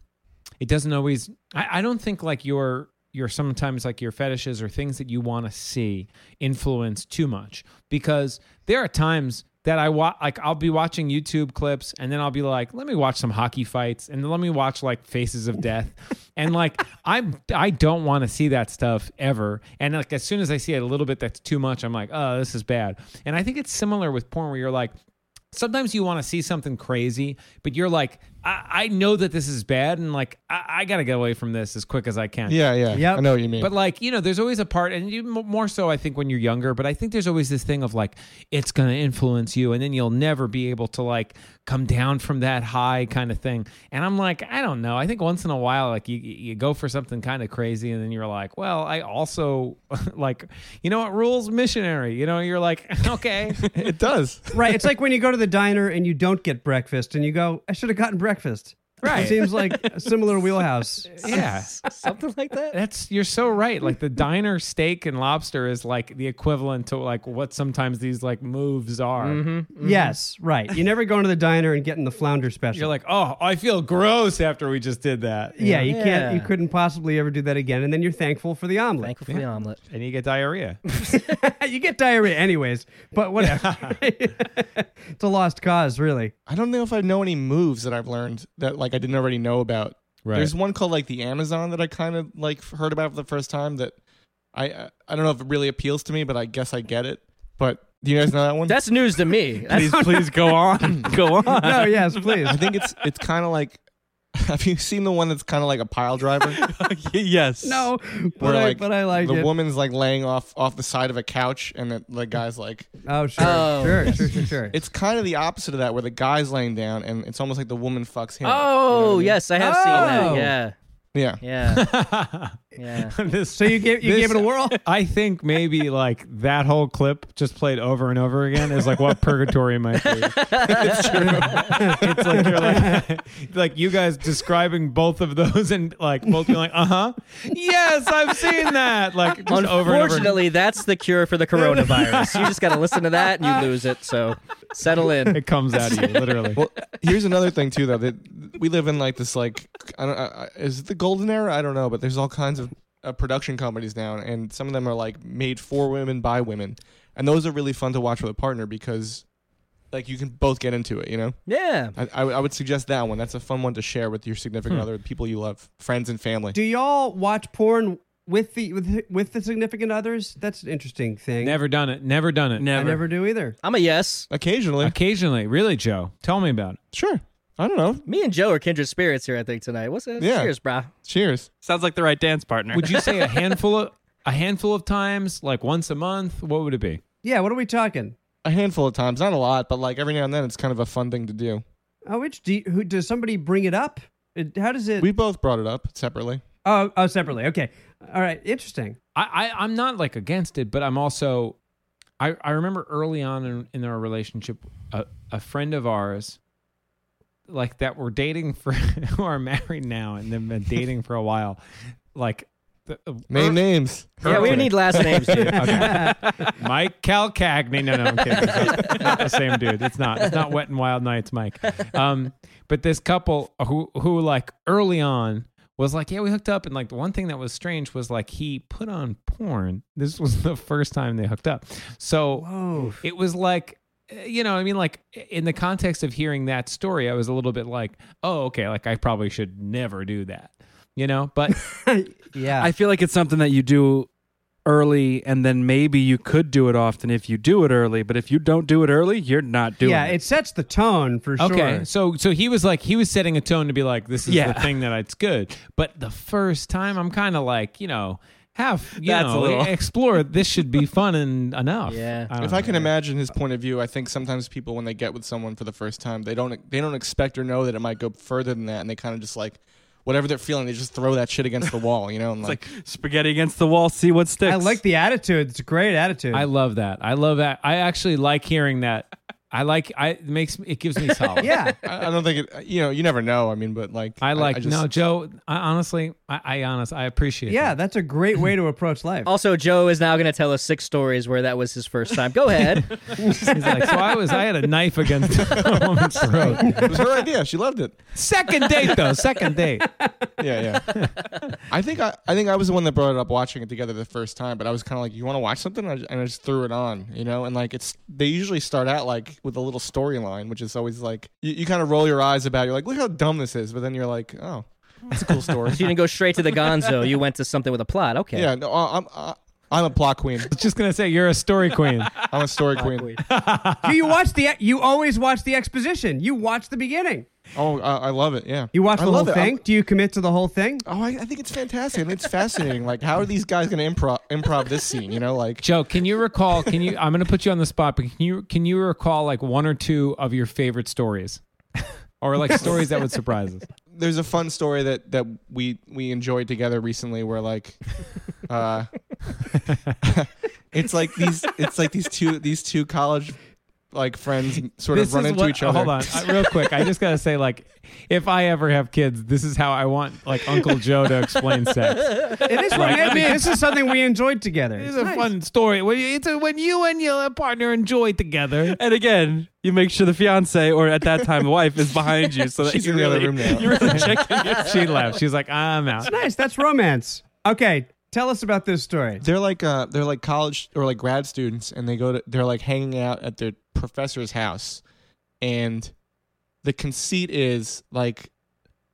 Speaker 4: it doesn't always. I, I don't think like your your sometimes like your fetishes or things that you want to see influence too much because there are times that I watch like I'll be watching YouTube clips and then I'll be like, let me watch some hockey fights and then let me watch like Faces of Death. And like I I don't want to see that stuff ever. And like as soon as I see it a little bit that's too much, I'm like, oh, this is bad. And I think it's similar with porn where you're like, sometimes you want to see something crazy, but you're like, I, I know that this is bad, and like I, I got to get away from this as quick as I can.
Speaker 3: yeah, yeah.
Speaker 2: Yep.
Speaker 3: I know what you mean.
Speaker 4: But like you know, there's always a part, and you, m- more so, I think when you're younger. But I think there's always this thing of like it's going to influence you, and then you'll never be able to like come down from that high kind of thing. And I'm like, I don't know. I think once in a while, like you you go for something kind of crazy, and then you're like, well, I also like you know what rules missionary. You know, you're like, okay,
Speaker 3: it does.
Speaker 2: right. It's like when you go to the diner and you don't get breakfast and you go, I should have gotten breakfast.
Speaker 4: Right.
Speaker 2: It seems like a similar wheelhouse.
Speaker 4: yeah.
Speaker 5: Something like that.
Speaker 4: That's you're so right. Like the diner steak and lobster is like the equivalent to like what sometimes these like moves are.
Speaker 2: Mm-hmm. Yes, right. You never go into the diner and getting the flounder special.
Speaker 4: Mm-hmm. You're like, oh, I feel gross after we just did that.
Speaker 2: yeah, you
Speaker 5: Yeah.
Speaker 2: can't, you couldn't possibly ever do that again. And then you're thankful for the omelet.
Speaker 5: Thankful for the omelet.
Speaker 4: And you get diarrhea.
Speaker 2: you get diarrhea anyways, but whatever. it's a lost cause, really.
Speaker 3: I don't know if I know any moves that I've learned that like I didn't already know about.
Speaker 4: Right.
Speaker 3: There's one called like the Amazon that I kind of like heard about for the first time that I I- I don't know if it really appeals to me, but I guess I get it. But do you guys know that one?
Speaker 5: That's news to me. That's,
Speaker 1: please, please go on, go on.
Speaker 2: No, yes, please.
Speaker 3: I think it's it's kind of like. Have you seen the one that's kind of like a pile driver?
Speaker 1: yes.
Speaker 2: No,
Speaker 3: Where
Speaker 2: but I,
Speaker 3: like
Speaker 2: but I like
Speaker 3: the
Speaker 2: it.
Speaker 3: woman's like laying off off the side of a couch, and the, the guy's like,
Speaker 2: oh, sure,
Speaker 5: Oh.
Speaker 2: sure, sure, sure, sure.
Speaker 3: it's kind of the opposite of that, where the guy's laying down, and it's almost like the woman fucks him.
Speaker 5: oh, yes, I have seen
Speaker 2: Oh.
Speaker 5: that. Yeah.
Speaker 3: yeah.
Speaker 5: Yeah.
Speaker 4: this,
Speaker 5: Yeah.
Speaker 2: So you gave you
Speaker 4: this-
Speaker 2: gave it a whirl.
Speaker 4: I think maybe like that whole clip just played over and over again is like what purgatory might be.
Speaker 3: it's true.
Speaker 4: it's like you're like, like you guys describing both of those and like both being like, uh huh, yes, I've seen that. Like just over and over. again.
Speaker 5: Unfortunately, that's the cure for the coronavirus. you just got to listen to that and you lose it. So settle in.
Speaker 4: It comes out of you, literally.
Speaker 3: Well, here's another thing too, though. That we live in like this, like I don't, I, I- is it the golden era? I don't know, but there's all kinds of uh, production companies now, and some of them are like made for women by women, and those are really fun to watch with a partner because, like, you can both get into it. You know,
Speaker 5: Yeah.
Speaker 3: I, I, would- I would suggest that one. That's a fun one to share with your significant
Speaker 2: Hmm.
Speaker 3: other, people you love, friends and family.
Speaker 2: Do y'all watch porn with the with with the significant others? That's an interesting thing.
Speaker 4: Never done it. Never done it.
Speaker 2: I never do either.
Speaker 5: I'm a yes.
Speaker 3: Occasionally,
Speaker 4: Occasionally, really, Joe. Tell me about it.
Speaker 3: sure. I don't know.
Speaker 5: Me and Joe are kindred spirits here, I think, tonight. What's that?
Speaker 3: Yeah.
Speaker 5: Cheers, brah.
Speaker 3: Cheers.
Speaker 1: Sounds like the right dance partner.
Speaker 4: Would you say a handful of a handful of times, like once a month? What would it be?
Speaker 2: Yeah, what are we talking?
Speaker 3: A handful of times, not a lot, but like every now and then, it's kind of a fun thing to do.
Speaker 2: Oh, which do you, who does somebody bring it up? It, how does it?
Speaker 3: We both brought it up separately.
Speaker 2: oh, oh, separately. Okay, all right, interesting.
Speaker 4: I, I I'm not like against it, but I'm also I I remember early on in, in our relationship, a, a friend of ours, like that we're dating for who are married now and then been dating for a while, like the, uh,
Speaker 3: Name names.
Speaker 5: Yeah, we
Speaker 4: Perfect.
Speaker 5: need last names, dude.
Speaker 4: Okay. Mike Calcagney. No, no, I'm kidding. It's not, not the same dude. It's not. It's not Wet and Wild Nights, Mike. Um, but this couple who who like early on was like, yeah, we hooked up. And like the one thing that was strange was like he put on porn. This was the first time they hooked up. So
Speaker 3: Oh,
Speaker 2: Whoa.
Speaker 4: it was like eh, you know i mean like in the context of hearing that story i was a little bit like oh okay like i probably should never do that you know but
Speaker 2: yeah.
Speaker 1: I feel like it's something that you do early, and then maybe you could do it often if you do it early. But if you don't do it early, you're not doing
Speaker 2: yeah,
Speaker 1: it.
Speaker 2: it sets the tone for sure.
Speaker 4: okay so so he was like he was setting a tone to be like this is
Speaker 1: Yeah.
Speaker 4: the thing that it's good but the first time i'm kind of like you know have you
Speaker 1: That's a
Speaker 4: know
Speaker 1: little-
Speaker 4: explore this should be fun and enough
Speaker 5: Yeah.
Speaker 4: don't
Speaker 3: If
Speaker 4: know.
Speaker 3: I can imagine his point of view, I think sometimes people when they get with someone for the first time, they don't they don't expect or know that it might go further than that, and they kind of just like whatever they're feeling, they just throw that shit against the wall, you know. And
Speaker 1: It's
Speaker 3: like,
Speaker 1: like spaghetti against the wall, see what sticks.
Speaker 2: I like the attitude. It's a great attitude.
Speaker 4: i love that i love that i actually like hearing that i like i it makes it gives me solace
Speaker 2: yeah.
Speaker 3: I, I don't think it, you know, you never know. I mean, but like
Speaker 4: I like
Speaker 3: just-
Speaker 4: no Joe. I honestly, I, I honest, I appreciate.
Speaker 2: Yeah,
Speaker 4: that.
Speaker 2: that's a great way to approach life.
Speaker 5: Also, Joe is now going to tell us six stories where that was his first time. Go ahead.
Speaker 4: He's like, so I was, I had a knife against a woman's throat.
Speaker 3: it was her idea. She loved it.
Speaker 4: Second date though, second date.
Speaker 3: Yeah, yeah. I think I, I think I was the one that brought it up watching it together the first time, but I was kind of like, "You want to watch something?" And I, just, and I just threw it on, you know. And like, it's they usually start out like with a little storyline, which is always like you, you kind of roll your eyes about. it. You're like, "Look how dumb this is," but then you're like, "Oh, it's a cool story."
Speaker 5: you didn't go straight to the Gonzo. You went to something with a plot. Okay.
Speaker 3: yeah, no, I- I'm I, I'm a plot queen.
Speaker 4: Just gonna say you're a story queen.
Speaker 3: I'm a story queen.
Speaker 2: Do you watch the? You always watch the exposition. You watch the beginning.
Speaker 3: Oh, I, I love it. Yeah,
Speaker 2: You watch
Speaker 3: I
Speaker 2: the whole
Speaker 3: love it.
Speaker 2: thing. Do you commit to the whole thing?
Speaker 3: I'm- oh, I, I think it's fantastic. I mean, it's fascinating. Like, how are these guys gonna improv improv this scene? You know, like
Speaker 4: Joe, can you recall? Can you? I'm gonna put you on the spot, but can you? Can you recall like one or two of your favorite stories, or like stories that would surprise us?
Speaker 3: there's a fun story that that we we enjoyed together recently where like uh it's like these it's like these two these two college like friends sort of run into each other
Speaker 4: Hold on, I- real quick. I just gotta say, like, if I ever have kids, this is how I want like Uncle Joe to explain sex.
Speaker 2: It is romantic. this is something we enjoyed together.
Speaker 4: It's a fun story. When you, it's a, when you and your partner enjoy together.
Speaker 1: and again, you make sure the fiance or at that time the wife is behind you, so that
Speaker 3: She's
Speaker 1: you
Speaker 3: in the
Speaker 1: really,
Speaker 3: other room now.
Speaker 1: You really check in.
Speaker 4: she left. She's like, I'm out.
Speaker 2: Nice. That's romance. Okay, tell us about this story.
Speaker 3: they're like uh they're like college or like grad students and they go to they're like hanging out at their professor's house and the conceit is like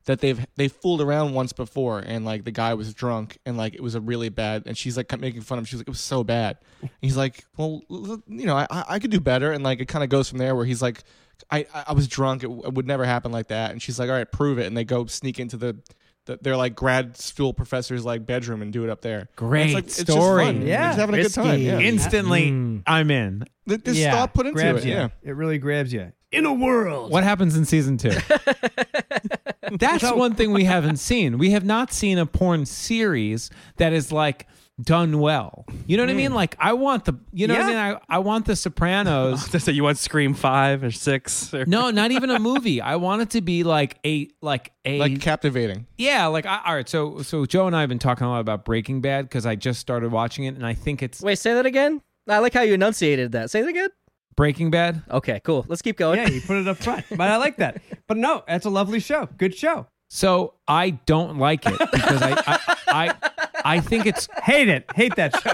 Speaker 3: that they've they fooled around once before and like the guy was drunk and like it was a really bad and she's like kept making fun of him she's like it was so bad and he's like well l- l- you know i i I could do better and like it kind of goes from there where he's like i i I was drunk it, w- it would never happen like that and she's like all right prove it and they go sneak into the the- their like grad school professor's like bedroom and do it up there. And
Speaker 4: Great
Speaker 3: it's like, it's
Speaker 4: story.
Speaker 3: Just fun. You're
Speaker 2: Yeah.
Speaker 3: just having a good time. Yeah.
Speaker 4: Instantly, I'm in.
Speaker 3: Th- this thought put into
Speaker 2: grabs
Speaker 3: it.
Speaker 2: You.
Speaker 3: Yeah.
Speaker 2: It really grabs you. In a world.
Speaker 4: What happens in season two? That's one thing we haven't seen. We have not seen a porn series that is like done well. You know what I mean? Like I want the you know what
Speaker 2: Yeah.
Speaker 4: I mean? I, I want the Sopranos
Speaker 1: Just say you want Scream five or six or
Speaker 4: No, not even a movie. I want it to be like a like a
Speaker 3: Like captivating.
Speaker 4: yeah, like I, all right. So so Joe and I have been talking a lot about Breaking Bad because I just started watching it and I think it's
Speaker 5: Wait, say that again. I like how you enunciated that. Say that again.
Speaker 4: Breaking Bad.
Speaker 5: Okay, cool. Let's keep going.
Speaker 2: Yeah, you put it up front. But I like that. But no, that's a lovely show. Good show.
Speaker 4: So I don't like it because I I, I I think it's
Speaker 2: Hate it. Hate that show.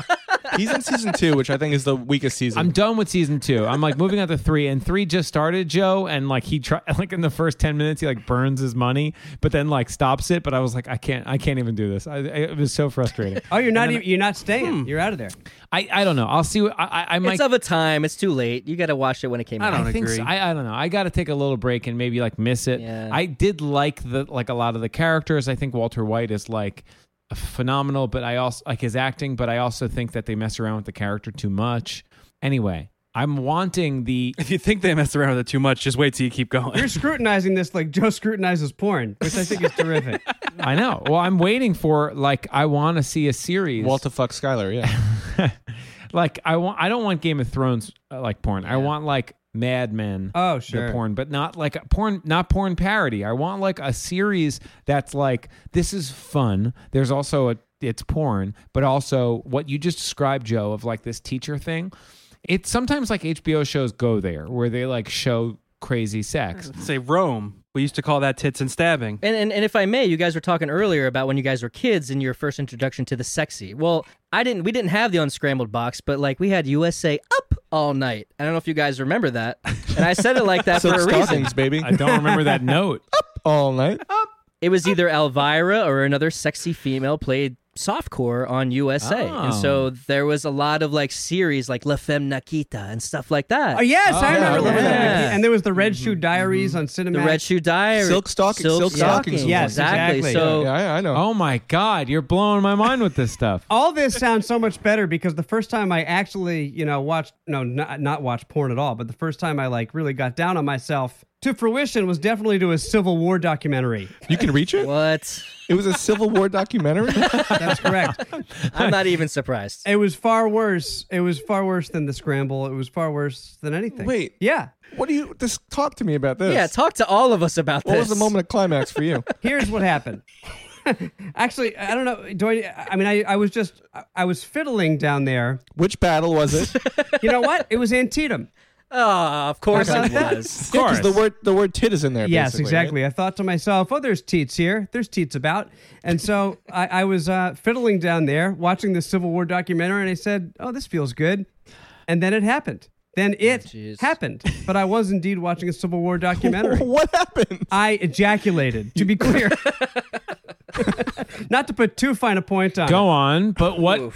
Speaker 3: He's in season two, which I think is the weakest season.
Speaker 4: I'm done with season two. I'm like moving on to three, and three just started, Joe. And like he tried, like in the first ten minutes, he like burns his money, but then like stops it. But I was like, I can't, I can't even do this. I, I, it was so frustrating.
Speaker 2: Oh, you're not even, you're not staying. You're out of there.
Speaker 4: I, I don't know. I'll see. What, I, I, I might.
Speaker 5: It's of a time. It's too late. You got to watch it when it came out.
Speaker 4: I think so. I, I don't know. I got to take a little break and maybe like miss it.
Speaker 5: Yeah.
Speaker 4: I did like the like a lot of the characters. I think Walter White is like phenomenal, but I also like his acting. But I also think that they mess around with the character too much. Anyway, I'm wanting the
Speaker 1: if you think they mess around with it too much, just wait till you keep going.
Speaker 2: You're scrutinizing this like Joe scrutinizes porn, which I think is terrific.
Speaker 4: I know. Well, I'm waiting for like I want to see a series.
Speaker 3: Walt to fuck Skyler. Yeah.
Speaker 4: like I want. I don't want Game of Thrones uh, like porn. I want like Mad Men.
Speaker 2: Oh,
Speaker 4: the
Speaker 2: sure.
Speaker 4: porn, but not like a porn, not porn parody. I want like a series that's like this is fun. There's also a it's porn, but also what you just described, Joe, of like this teacher thing. It's sometimes like HBO shows go there where they like show crazy sex.
Speaker 1: Say Rome. We used to call that tits and stabbing.
Speaker 5: And, and and if I may, you guys were talking earlier about when you guys were kids and your first introduction to the sexy. Well, I didn't. We didn't have the unscrambled box, but like we had USA up all night. I don't know if you guys remember that. And I said it like that for a reason.
Speaker 3: stockings, baby.
Speaker 4: I don't remember that note.
Speaker 3: All night.
Speaker 5: It was either Elvira or another sexy female played softcore on USA, and
Speaker 4: Oh.
Speaker 5: so there was a lot of like series like La Femme Nikita and stuff like that.
Speaker 2: Oh yes, I
Speaker 3: yeah,
Speaker 2: remember. Love
Speaker 5: yeah.
Speaker 2: That. And there was the Red Shoe Diaries on Cinemax.
Speaker 5: The Red Shoe Diary,
Speaker 3: Silk stock- silk stockings was
Speaker 2: Yes,
Speaker 5: exactly.
Speaker 2: exactly.
Speaker 5: So
Speaker 3: Yeah, I, I know.
Speaker 4: Oh my God, you're blowing my mind with this stuff.
Speaker 2: All this sounds so much better because the first time I actually, you know, watched no, not, not watched porn at all, but the first time I like really got down on myself to fruition was definitely to a Civil War documentary.
Speaker 3: You can reach it.
Speaker 5: what?
Speaker 3: It was a Civil War documentary.
Speaker 2: That's correct.
Speaker 5: I'm not even surprised.
Speaker 2: it was far worse. It was far worse than the scramble. It was far worse than anything.
Speaker 3: Wait.
Speaker 2: yeah.
Speaker 3: what do you? Just talk to me about this.
Speaker 5: Yeah, talk to all of us about
Speaker 3: What
Speaker 5: this.
Speaker 3: was the moment of climax for you?
Speaker 2: here's what happened. Actually, I don't know. Do I? I mean, I, I was just I- I was fiddling down there.
Speaker 3: Which battle was it?
Speaker 2: You know what? It was Antietam.
Speaker 5: Oh, of course
Speaker 2: How
Speaker 5: it
Speaker 2: about that?
Speaker 5: was.
Speaker 4: Of
Speaker 3: Because the
Speaker 4: course.
Speaker 3: word the word tit is in there.
Speaker 2: Yes,
Speaker 3: basically,
Speaker 2: exactly. I thought to myself, "Oh, there's teats here. There's teats about." And so I, I was uh, fiddling down there, watching the Civil War documentary, and I said, "Oh, this feels good." And then it happened. Then it
Speaker 5: jeez.
Speaker 2: happened. But I was indeed watching a Civil War
Speaker 3: right?
Speaker 2: documentary.
Speaker 3: What happened?
Speaker 2: I ejaculated. To be clear, not to put too fine a point on. it.
Speaker 4: Go on, but what?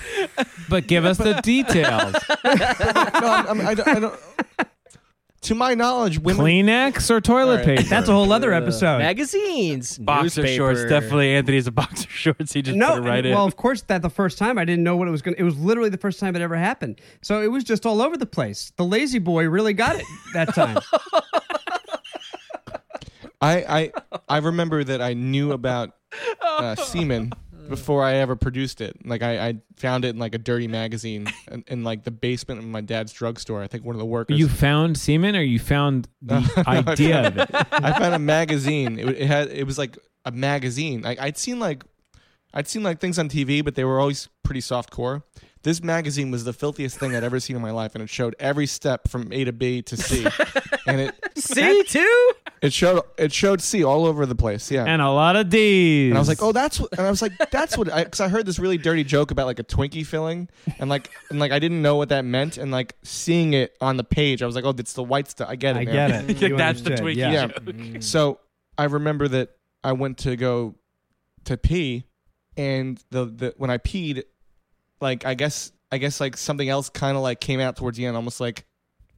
Speaker 4: But give us the details.
Speaker 3: No, I'm, I'm, I, don't, I don't. To my knowledge, women.
Speaker 4: Kleenex or toilet
Speaker 3: All right.
Speaker 4: paper?
Speaker 2: That's a whole other episode.
Speaker 5: Magazines,
Speaker 1: Boxer
Speaker 5: newspaper.
Speaker 1: shorts, definitely. Anthony's a boxer shorts. He just
Speaker 2: no,
Speaker 1: put it right
Speaker 2: well,
Speaker 1: in.
Speaker 2: of course, that the first time I didn't know what it was going. to... It was literally the first time it ever happened, so it was just all over the place. The lazy boy really got it that time.
Speaker 3: I, I I remember that I knew about uh, semen before I ever produced it. Like I, I found it in like a dirty magazine in, in like the basement of my dad's drugstore. I think one of the workers.
Speaker 4: You found semen, or you found the idea of it?
Speaker 3: I found a magazine. It, wa- it had it was like a magazine. Like I'd seen like I'd seen like things on TV, but they were always pretty soft core. This magazine was the filthiest thing I'd ever seen in my life, and it showed every step from A to B to C, and it
Speaker 5: See too.
Speaker 3: it showed it showed C all over the place. Yeah,
Speaker 4: And a lot of D's.
Speaker 3: And I was like, oh, that's what, and I was like, that's what, because I, heard this really dirty joke about like a Twinkie filling, and like, and like I didn't know what that meant, and like seeing it on the page, I was like, oh, it's the white stuff. I get it.
Speaker 2: I
Speaker 3: now.
Speaker 2: get it. You
Speaker 1: That's the
Speaker 2: understood,
Speaker 1: tweak.
Speaker 2: Yeah.
Speaker 3: Yeah. So I remember that I went to go to pee, and the, the when I peed, like I guess I guess like something else kind of like came out towards the end, almost like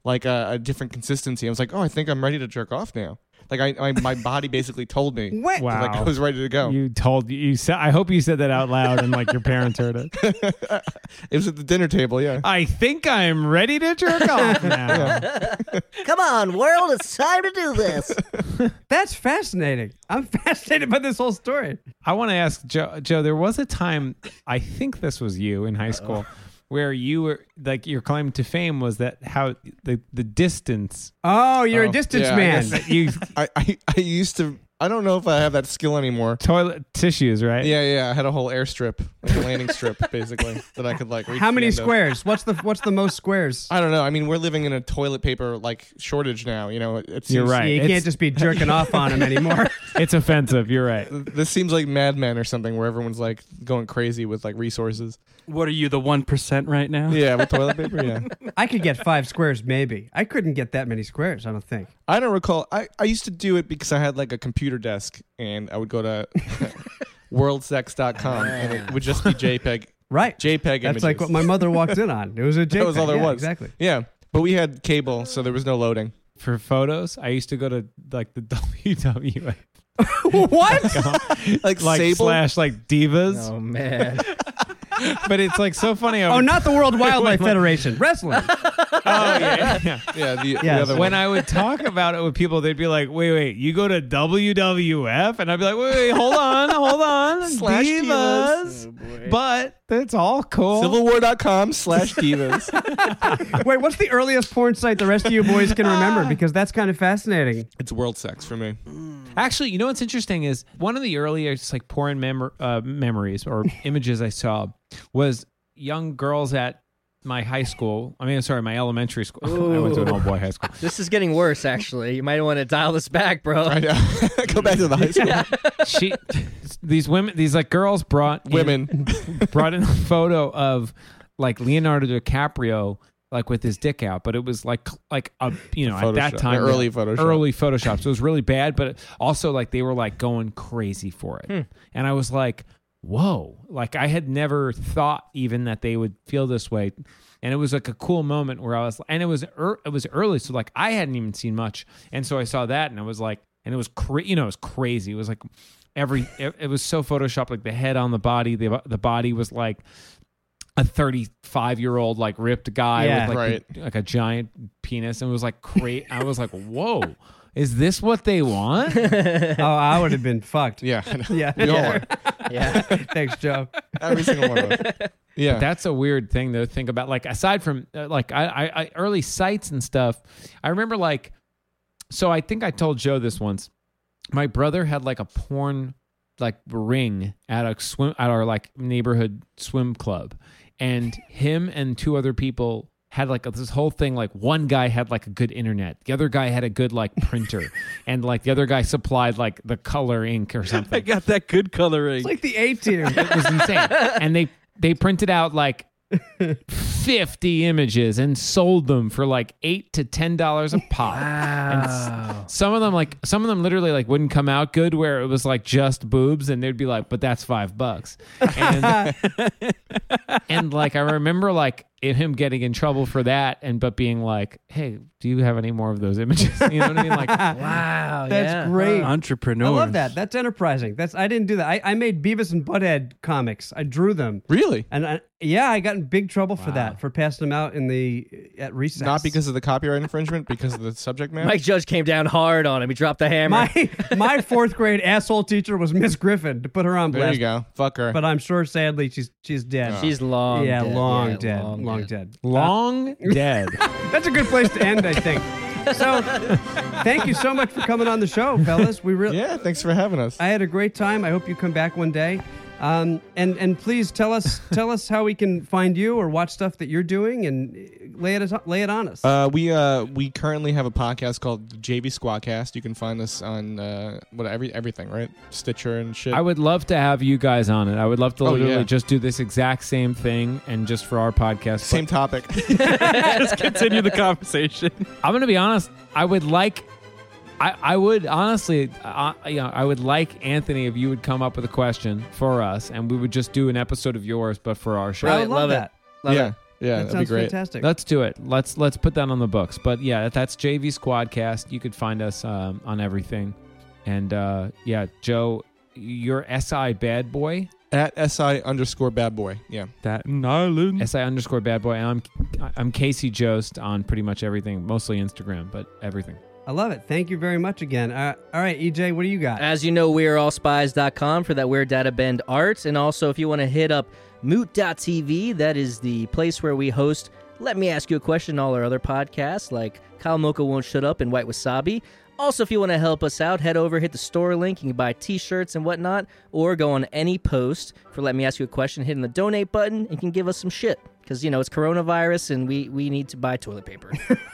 Speaker 3: like a, a different consistency. I was like, oh, I think I'm ready to jerk off now. Like I, I my body basically told me.
Speaker 2: What?
Speaker 4: Wow.
Speaker 3: Like I was ready to go.
Speaker 4: You told you said. I hope you said that out loud and like your parents heard it.
Speaker 3: It was at the dinner table, yeah.
Speaker 4: I think I'm ready to jerk off now.
Speaker 7: Come on, world, it's time to do this.
Speaker 2: That's fascinating. I'm fascinated by this whole story.
Speaker 4: I want to ask Joe. Joe, there was a time. I think this was you in high school. Where you were like your claim to fame was that how the the distance
Speaker 2: Oh, you're a
Speaker 3: Oh,
Speaker 2: distance
Speaker 3: yeah, I
Speaker 2: man.
Speaker 3: guess-
Speaker 4: you
Speaker 3: I, I, I used to. I don't know if I have that skill anymore.
Speaker 4: toilet tissues right
Speaker 3: Yeah, yeah. I had a whole airstrip, like a landing strip, basically, that I could like. Reach
Speaker 2: How
Speaker 3: the
Speaker 2: many
Speaker 3: end of.
Speaker 2: squares? What's the what's the most squares?
Speaker 3: I don't know. I mean, we're living in a toilet paper like shortage now. You know, it, it seems,
Speaker 4: You're right.
Speaker 2: you
Speaker 4: it's-
Speaker 2: can't just be jerking off on him anymore.
Speaker 4: it's offensive. You're right.
Speaker 3: This seems like Mad Men or something, where everyone's like going crazy with like resources.
Speaker 1: what are you, the 1% right now?
Speaker 3: Yeah, with toilet paper. Yeah.
Speaker 2: I could get five squares, maybe. I couldn't get that many squares. I don't think.
Speaker 3: I don't recall. I, I used to do it because I had like a computer desk, and I would go to worldsex.com, and it would just be JPEG.
Speaker 2: Right.
Speaker 3: JPEG
Speaker 2: That's
Speaker 3: images.
Speaker 2: like what my mother walked in on. It was a JPEG.
Speaker 3: That was all there
Speaker 2: Yeah,
Speaker 3: was.
Speaker 2: Exactly.
Speaker 3: Yeah, but we had cable, so there was no loading.
Speaker 4: For photos, I used to go to like the WWF,
Speaker 2: what?
Speaker 3: Like,
Speaker 4: like
Speaker 3: Sable?
Speaker 4: slash like divas,
Speaker 5: Oh man,
Speaker 4: but it's like so funny. I
Speaker 2: Oh,
Speaker 4: would-
Speaker 2: not the World Wildlife Federation. Wrestling.
Speaker 4: Oh, yeah, yeah.
Speaker 3: Yeah, the, the
Speaker 2: Yes.
Speaker 3: other
Speaker 4: When
Speaker 3: one.
Speaker 4: I would talk about it with people, they'd be like, "Wait, wait, you go to WWF?" And I'd be like, "Wait, wait, hold on, hold on,
Speaker 3: Slash Oh,
Speaker 4: divas." but that's all cool.
Speaker 3: Civilwar.com slash divas.
Speaker 2: Wait, what's the earliest porn site the rest of you boys can remember? Because that's kind of fascinating.
Speaker 3: it's world sex for me.
Speaker 4: Actually, you know what's interesting is one of the earliest like porn mem- uh, memories or images I saw was young girls at my high school. I mean, I'm sorry, my elementary school. I went to an old boy high school.
Speaker 5: This is getting worse, actually. You might want to dial this back, bro.
Speaker 3: I know. Go back to the high school.
Speaker 4: She, these women, these like girls brought in-
Speaker 3: Women.
Speaker 4: brought in a photo of like Leonardo DiCaprio like with his dick out, but it was like like a you know at that
Speaker 3: Photoshop.
Speaker 4: time
Speaker 3: Early Photoshop.
Speaker 4: early Photoshop. So it was really bad, but also like they were like going crazy for
Speaker 3: Hmm.
Speaker 4: it, and I was like, whoa! Like I had never thought even that they would feel this way, and it was like a cool moment where I was, and it was ear it was early, so like I hadn't even seen much, and so I saw that, and I was like, and it was cra- you know it was crazy. It was like every it, it was so photoshopped like the head on the body the the body was like a 35 year old like ripped guy
Speaker 2: Yeah.
Speaker 4: with like,
Speaker 3: Right.
Speaker 4: the- like a giant penis and it was like great i was like whoa is this what they want
Speaker 2: Oh, I would have been fucked.
Speaker 3: Yeah. I know.
Speaker 2: Yeah.
Speaker 3: We all are.
Speaker 5: Yeah.
Speaker 2: Thanks, Joe.
Speaker 3: Every single one of us. Yeah.
Speaker 4: that's a weird thing to think about like aside from uh, like I, I i early sites and stuff i remember like so i think i told joe this once my brother had like a porn like ring at a swim at our like neighborhood swim club and him and two other people had like this whole thing like one guy had like a good internet the other guy had a good like printer and like the other guy supplied like the color ink or something
Speaker 1: I got that good coloring.
Speaker 2: It's like the A team.
Speaker 4: it was insane. and they they printed out like 50 images and sold them for like 8 to 10 dollars a pop. And s- some of them like some of them literally like wouldn't come out good where it was like just boobs and they'd be like but that's 5 bucks. And and like I remember like it- him getting in trouble for that and but being like, "Hey, do you have any more of those images?" You know what I mean? Like
Speaker 5: Wow.
Speaker 2: That's
Speaker 5: yeah.
Speaker 2: great. I
Speaker 1: Entrepreneur.
Speaker 2: love that. That's enterprising. That's I didn't do that. I, I made Beavis and Butthead comics. I drew them.
Speaker 3: Really?
Speaker 2: And I, yeah, I got in big trouble for that, for passing them out in the at recess.
Speaker 3: Not because of the copyright infringement, because of the subject matter.
Speaker 5: Mike Judge came down hard on him. He dropped the hammer.
Speaker 2: my my fourth grade asshole teacher was Miss Griffin to put her on
Speaker 3: there
Speaker 2: blast.
Speaker 3: you go. Fuck her.
Speaker 2: But I'm sure, sadly, she's she's dead.
Speaker 5: She's long.
Speaker 2: yeah,
Speaker 5: dead.
Speaker 2: long
Speaker 5: Yeah,
Speaker 2: dead, long, dead.
Speaker 4: long dead.
Speaker 2: That's a good place to end, I think. So, thank you so much for coming on the show, fellas. We really,
Speaker 3: yeah. Thanks for having us.
Speaker 2: uh, I had a great time. I hope you come back one day. Um, and and please tell us tell us how we can find you or watch stuff that you're doing and lay it lay it on us.
Speaker 3: Uh, we uh we currently have a podcast called JV Squadcast. You can find us on uh what every everything right Stitcher and shit.
Speaker 4: I would love to have you guys on it. I would love to
Speaker 3: Oh,
Speaker 4: literally
Speaker 3: yeah.
Speaker 4: just do this exact same thing and just for our podcast.
Speaker 3: Same topic.
Speaker 1: Just continue the conversation.
Speaker 4: But I'm going to be honest. I would like. I, I would honestly, I, you know, I would like Anthony if you would come up with a question for us, and we would just do an episode of yours, but for our show.
Speaker 2: I
Speaker 5: Right,
Speaker 2: would
Speaker 5: love it.
Speaker 2: that.
Speaker 5: Love
Speaker 3: yeah,
Speaker 5: it.
Speaker 2: that
Speaker 3: yeah, that'd be
Speaker 2: sounds
Speaker 3: great.
Speaker 2: fantastic.
Speaker 4: Let's do it. Let's let's put that on the books. But yeah, that's JV Squadcast. You could find us um, on everything, and uh, yeah, Joe, you're SI Bad Boy.
Speaker 3: At si underscore bad boy. Yeah,
Speaker 1: That island.
Speaker 4: SI underscore bad boy. And I'm I'm Casey Jost on pretty much everything, mostly Instagram, but everything.
Speaker 2: I love it. Thank you very much again. Uh, all right, EJ, what do you got?
Speaker 5: As you know, we're allspies.com for that weird data bend art. And also, if you want to hit up moot.tv, that is the place where we host Let Me Ask You a Question, all our other podcasts like Kyle Mocha Won't Shut Up and White Wasabi. Also, if you want to help us out, head over, hit the store link. You can buy t shirts and whatnot, or go on any post for Let Me Ask You a Question, hitting the donate button, and you can give us some shit. Because, you know, it's coronavirus and we, we need to buy toilet paper.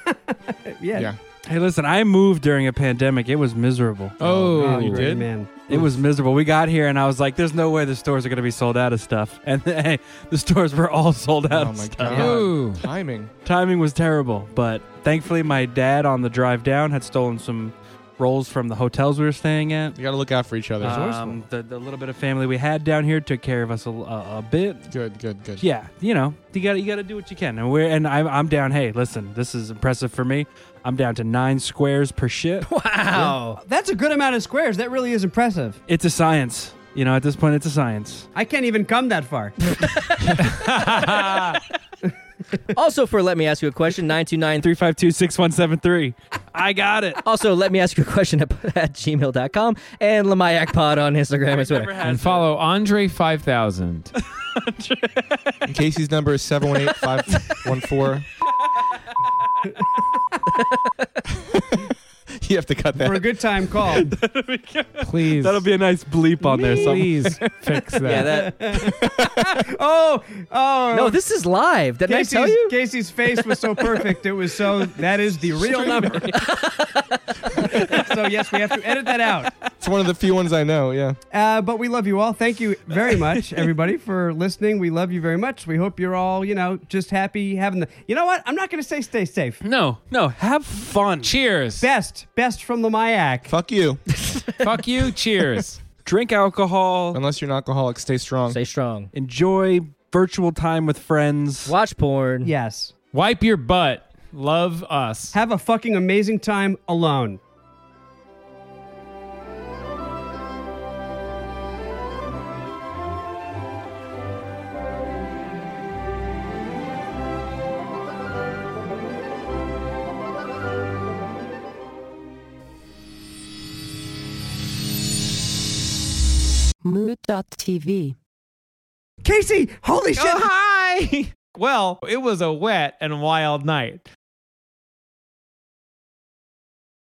Speaker 2: yeah,
Speaker 3: Uh, yeah.
Speaker 1: Hey, listen, I moved during a pandemic. It was miserable.
Speaker 2: Oh,
Speaker 4: Oh,
Speaker 2: great man.
Speaker 1: It was miserable. We got here and I was like, there's no way the stores are going to be sold out of stuff. And hey, the stores were all sold out.
Speaker 3: Oh
Speaker 1: of
Speaker 3: my
Speaker 1: stuff.
Speaker 3: god.
Speaker 4: Ooh.
Speaker 3: Timing.
Speaker 1: Timing was terrible, but thankfully my dad on the drive down had stolen some rolls from the hotels we were staying at.
Speaker 3: You gotta look out for each other.
Speaker 1: Um, the, the little bit of family we had down here took care of us a, a, a bit.
Speaker 3: good, good, good.
Speaker 1: Yeah, you know, you got to you got to do what you can. And we're and I'm, I'm down. Hey, listen, this is impressive for me. I'm down to nine squares per shit.
Speaker 5: wow.
Speaker 2: That's a good amount of squares. That really is impressive.
Speaker 1: It's a science. You know, at this point, it's a science.
Speaker 2: I can't even come that far.
Speaker 5: also, for Let Me Ask You a Question, 929
Speaker 1: Three five two six one seven three. I got it.
Speaker 5: Also, let me ask you a question at, at gmail.com and LamayakPod on Instagram and Twitter.
Speaker 4: And follow Andre five thousand.
Speaker 3: And Casey's number is seven one eight five one four. you have to cut
Speaker 2: for a
Speaker 3: that.
Speaker 2: good time call.
Speaker 4: Please.
Speaker 1: That'll be a nice bleep on there. Something.
Speaker 4: Please fix that.
Speaker 5: Yeah, that.
Speaker 2: oh, oh.
Speaker 5: No, this is live. Did I
Speaker 2: Casey's,
Speaker 5: tell you?
Speaker 2: Casey's face was so perfect. It was so. That is the original number. so yes, we have to edit that out.
Speaker 3: It's one of the few ones I know. Yeah.
Speaker 2: Uh, but we love you all. Thank you very much, everybody, for listening. We love you very much. We hope you're all, you know, just happy having the. You know what? I'm not going to say stay safe.
Speaker 1: No, no. Have fun.
Speaker 4: Cheers.
Speaker 2: Best, best from the Mayak.
Speaker 3: Fuck you.
Speaker 4: Fuck you. Cheers.
Speaker 1: Drink alcohol.
Speaker 3: Unless you're an alcoholic, stay strong.
Speaker 5: Stay strong.
Speaker 1: Enjoy virtual time with friends.
Speaker 5: Watch porn.
Speaker 2: Yes.
Speaker 4: Wipe your butt. Love us.
Speaker 2: Have a fucking amazing time alone.
Speaker 9: Mood.tv.
Speaker 2: Casey, holy shit.
Speaker 5: Oh,
Speaker 4: Oh, hi. Well, it was a wet and wild night.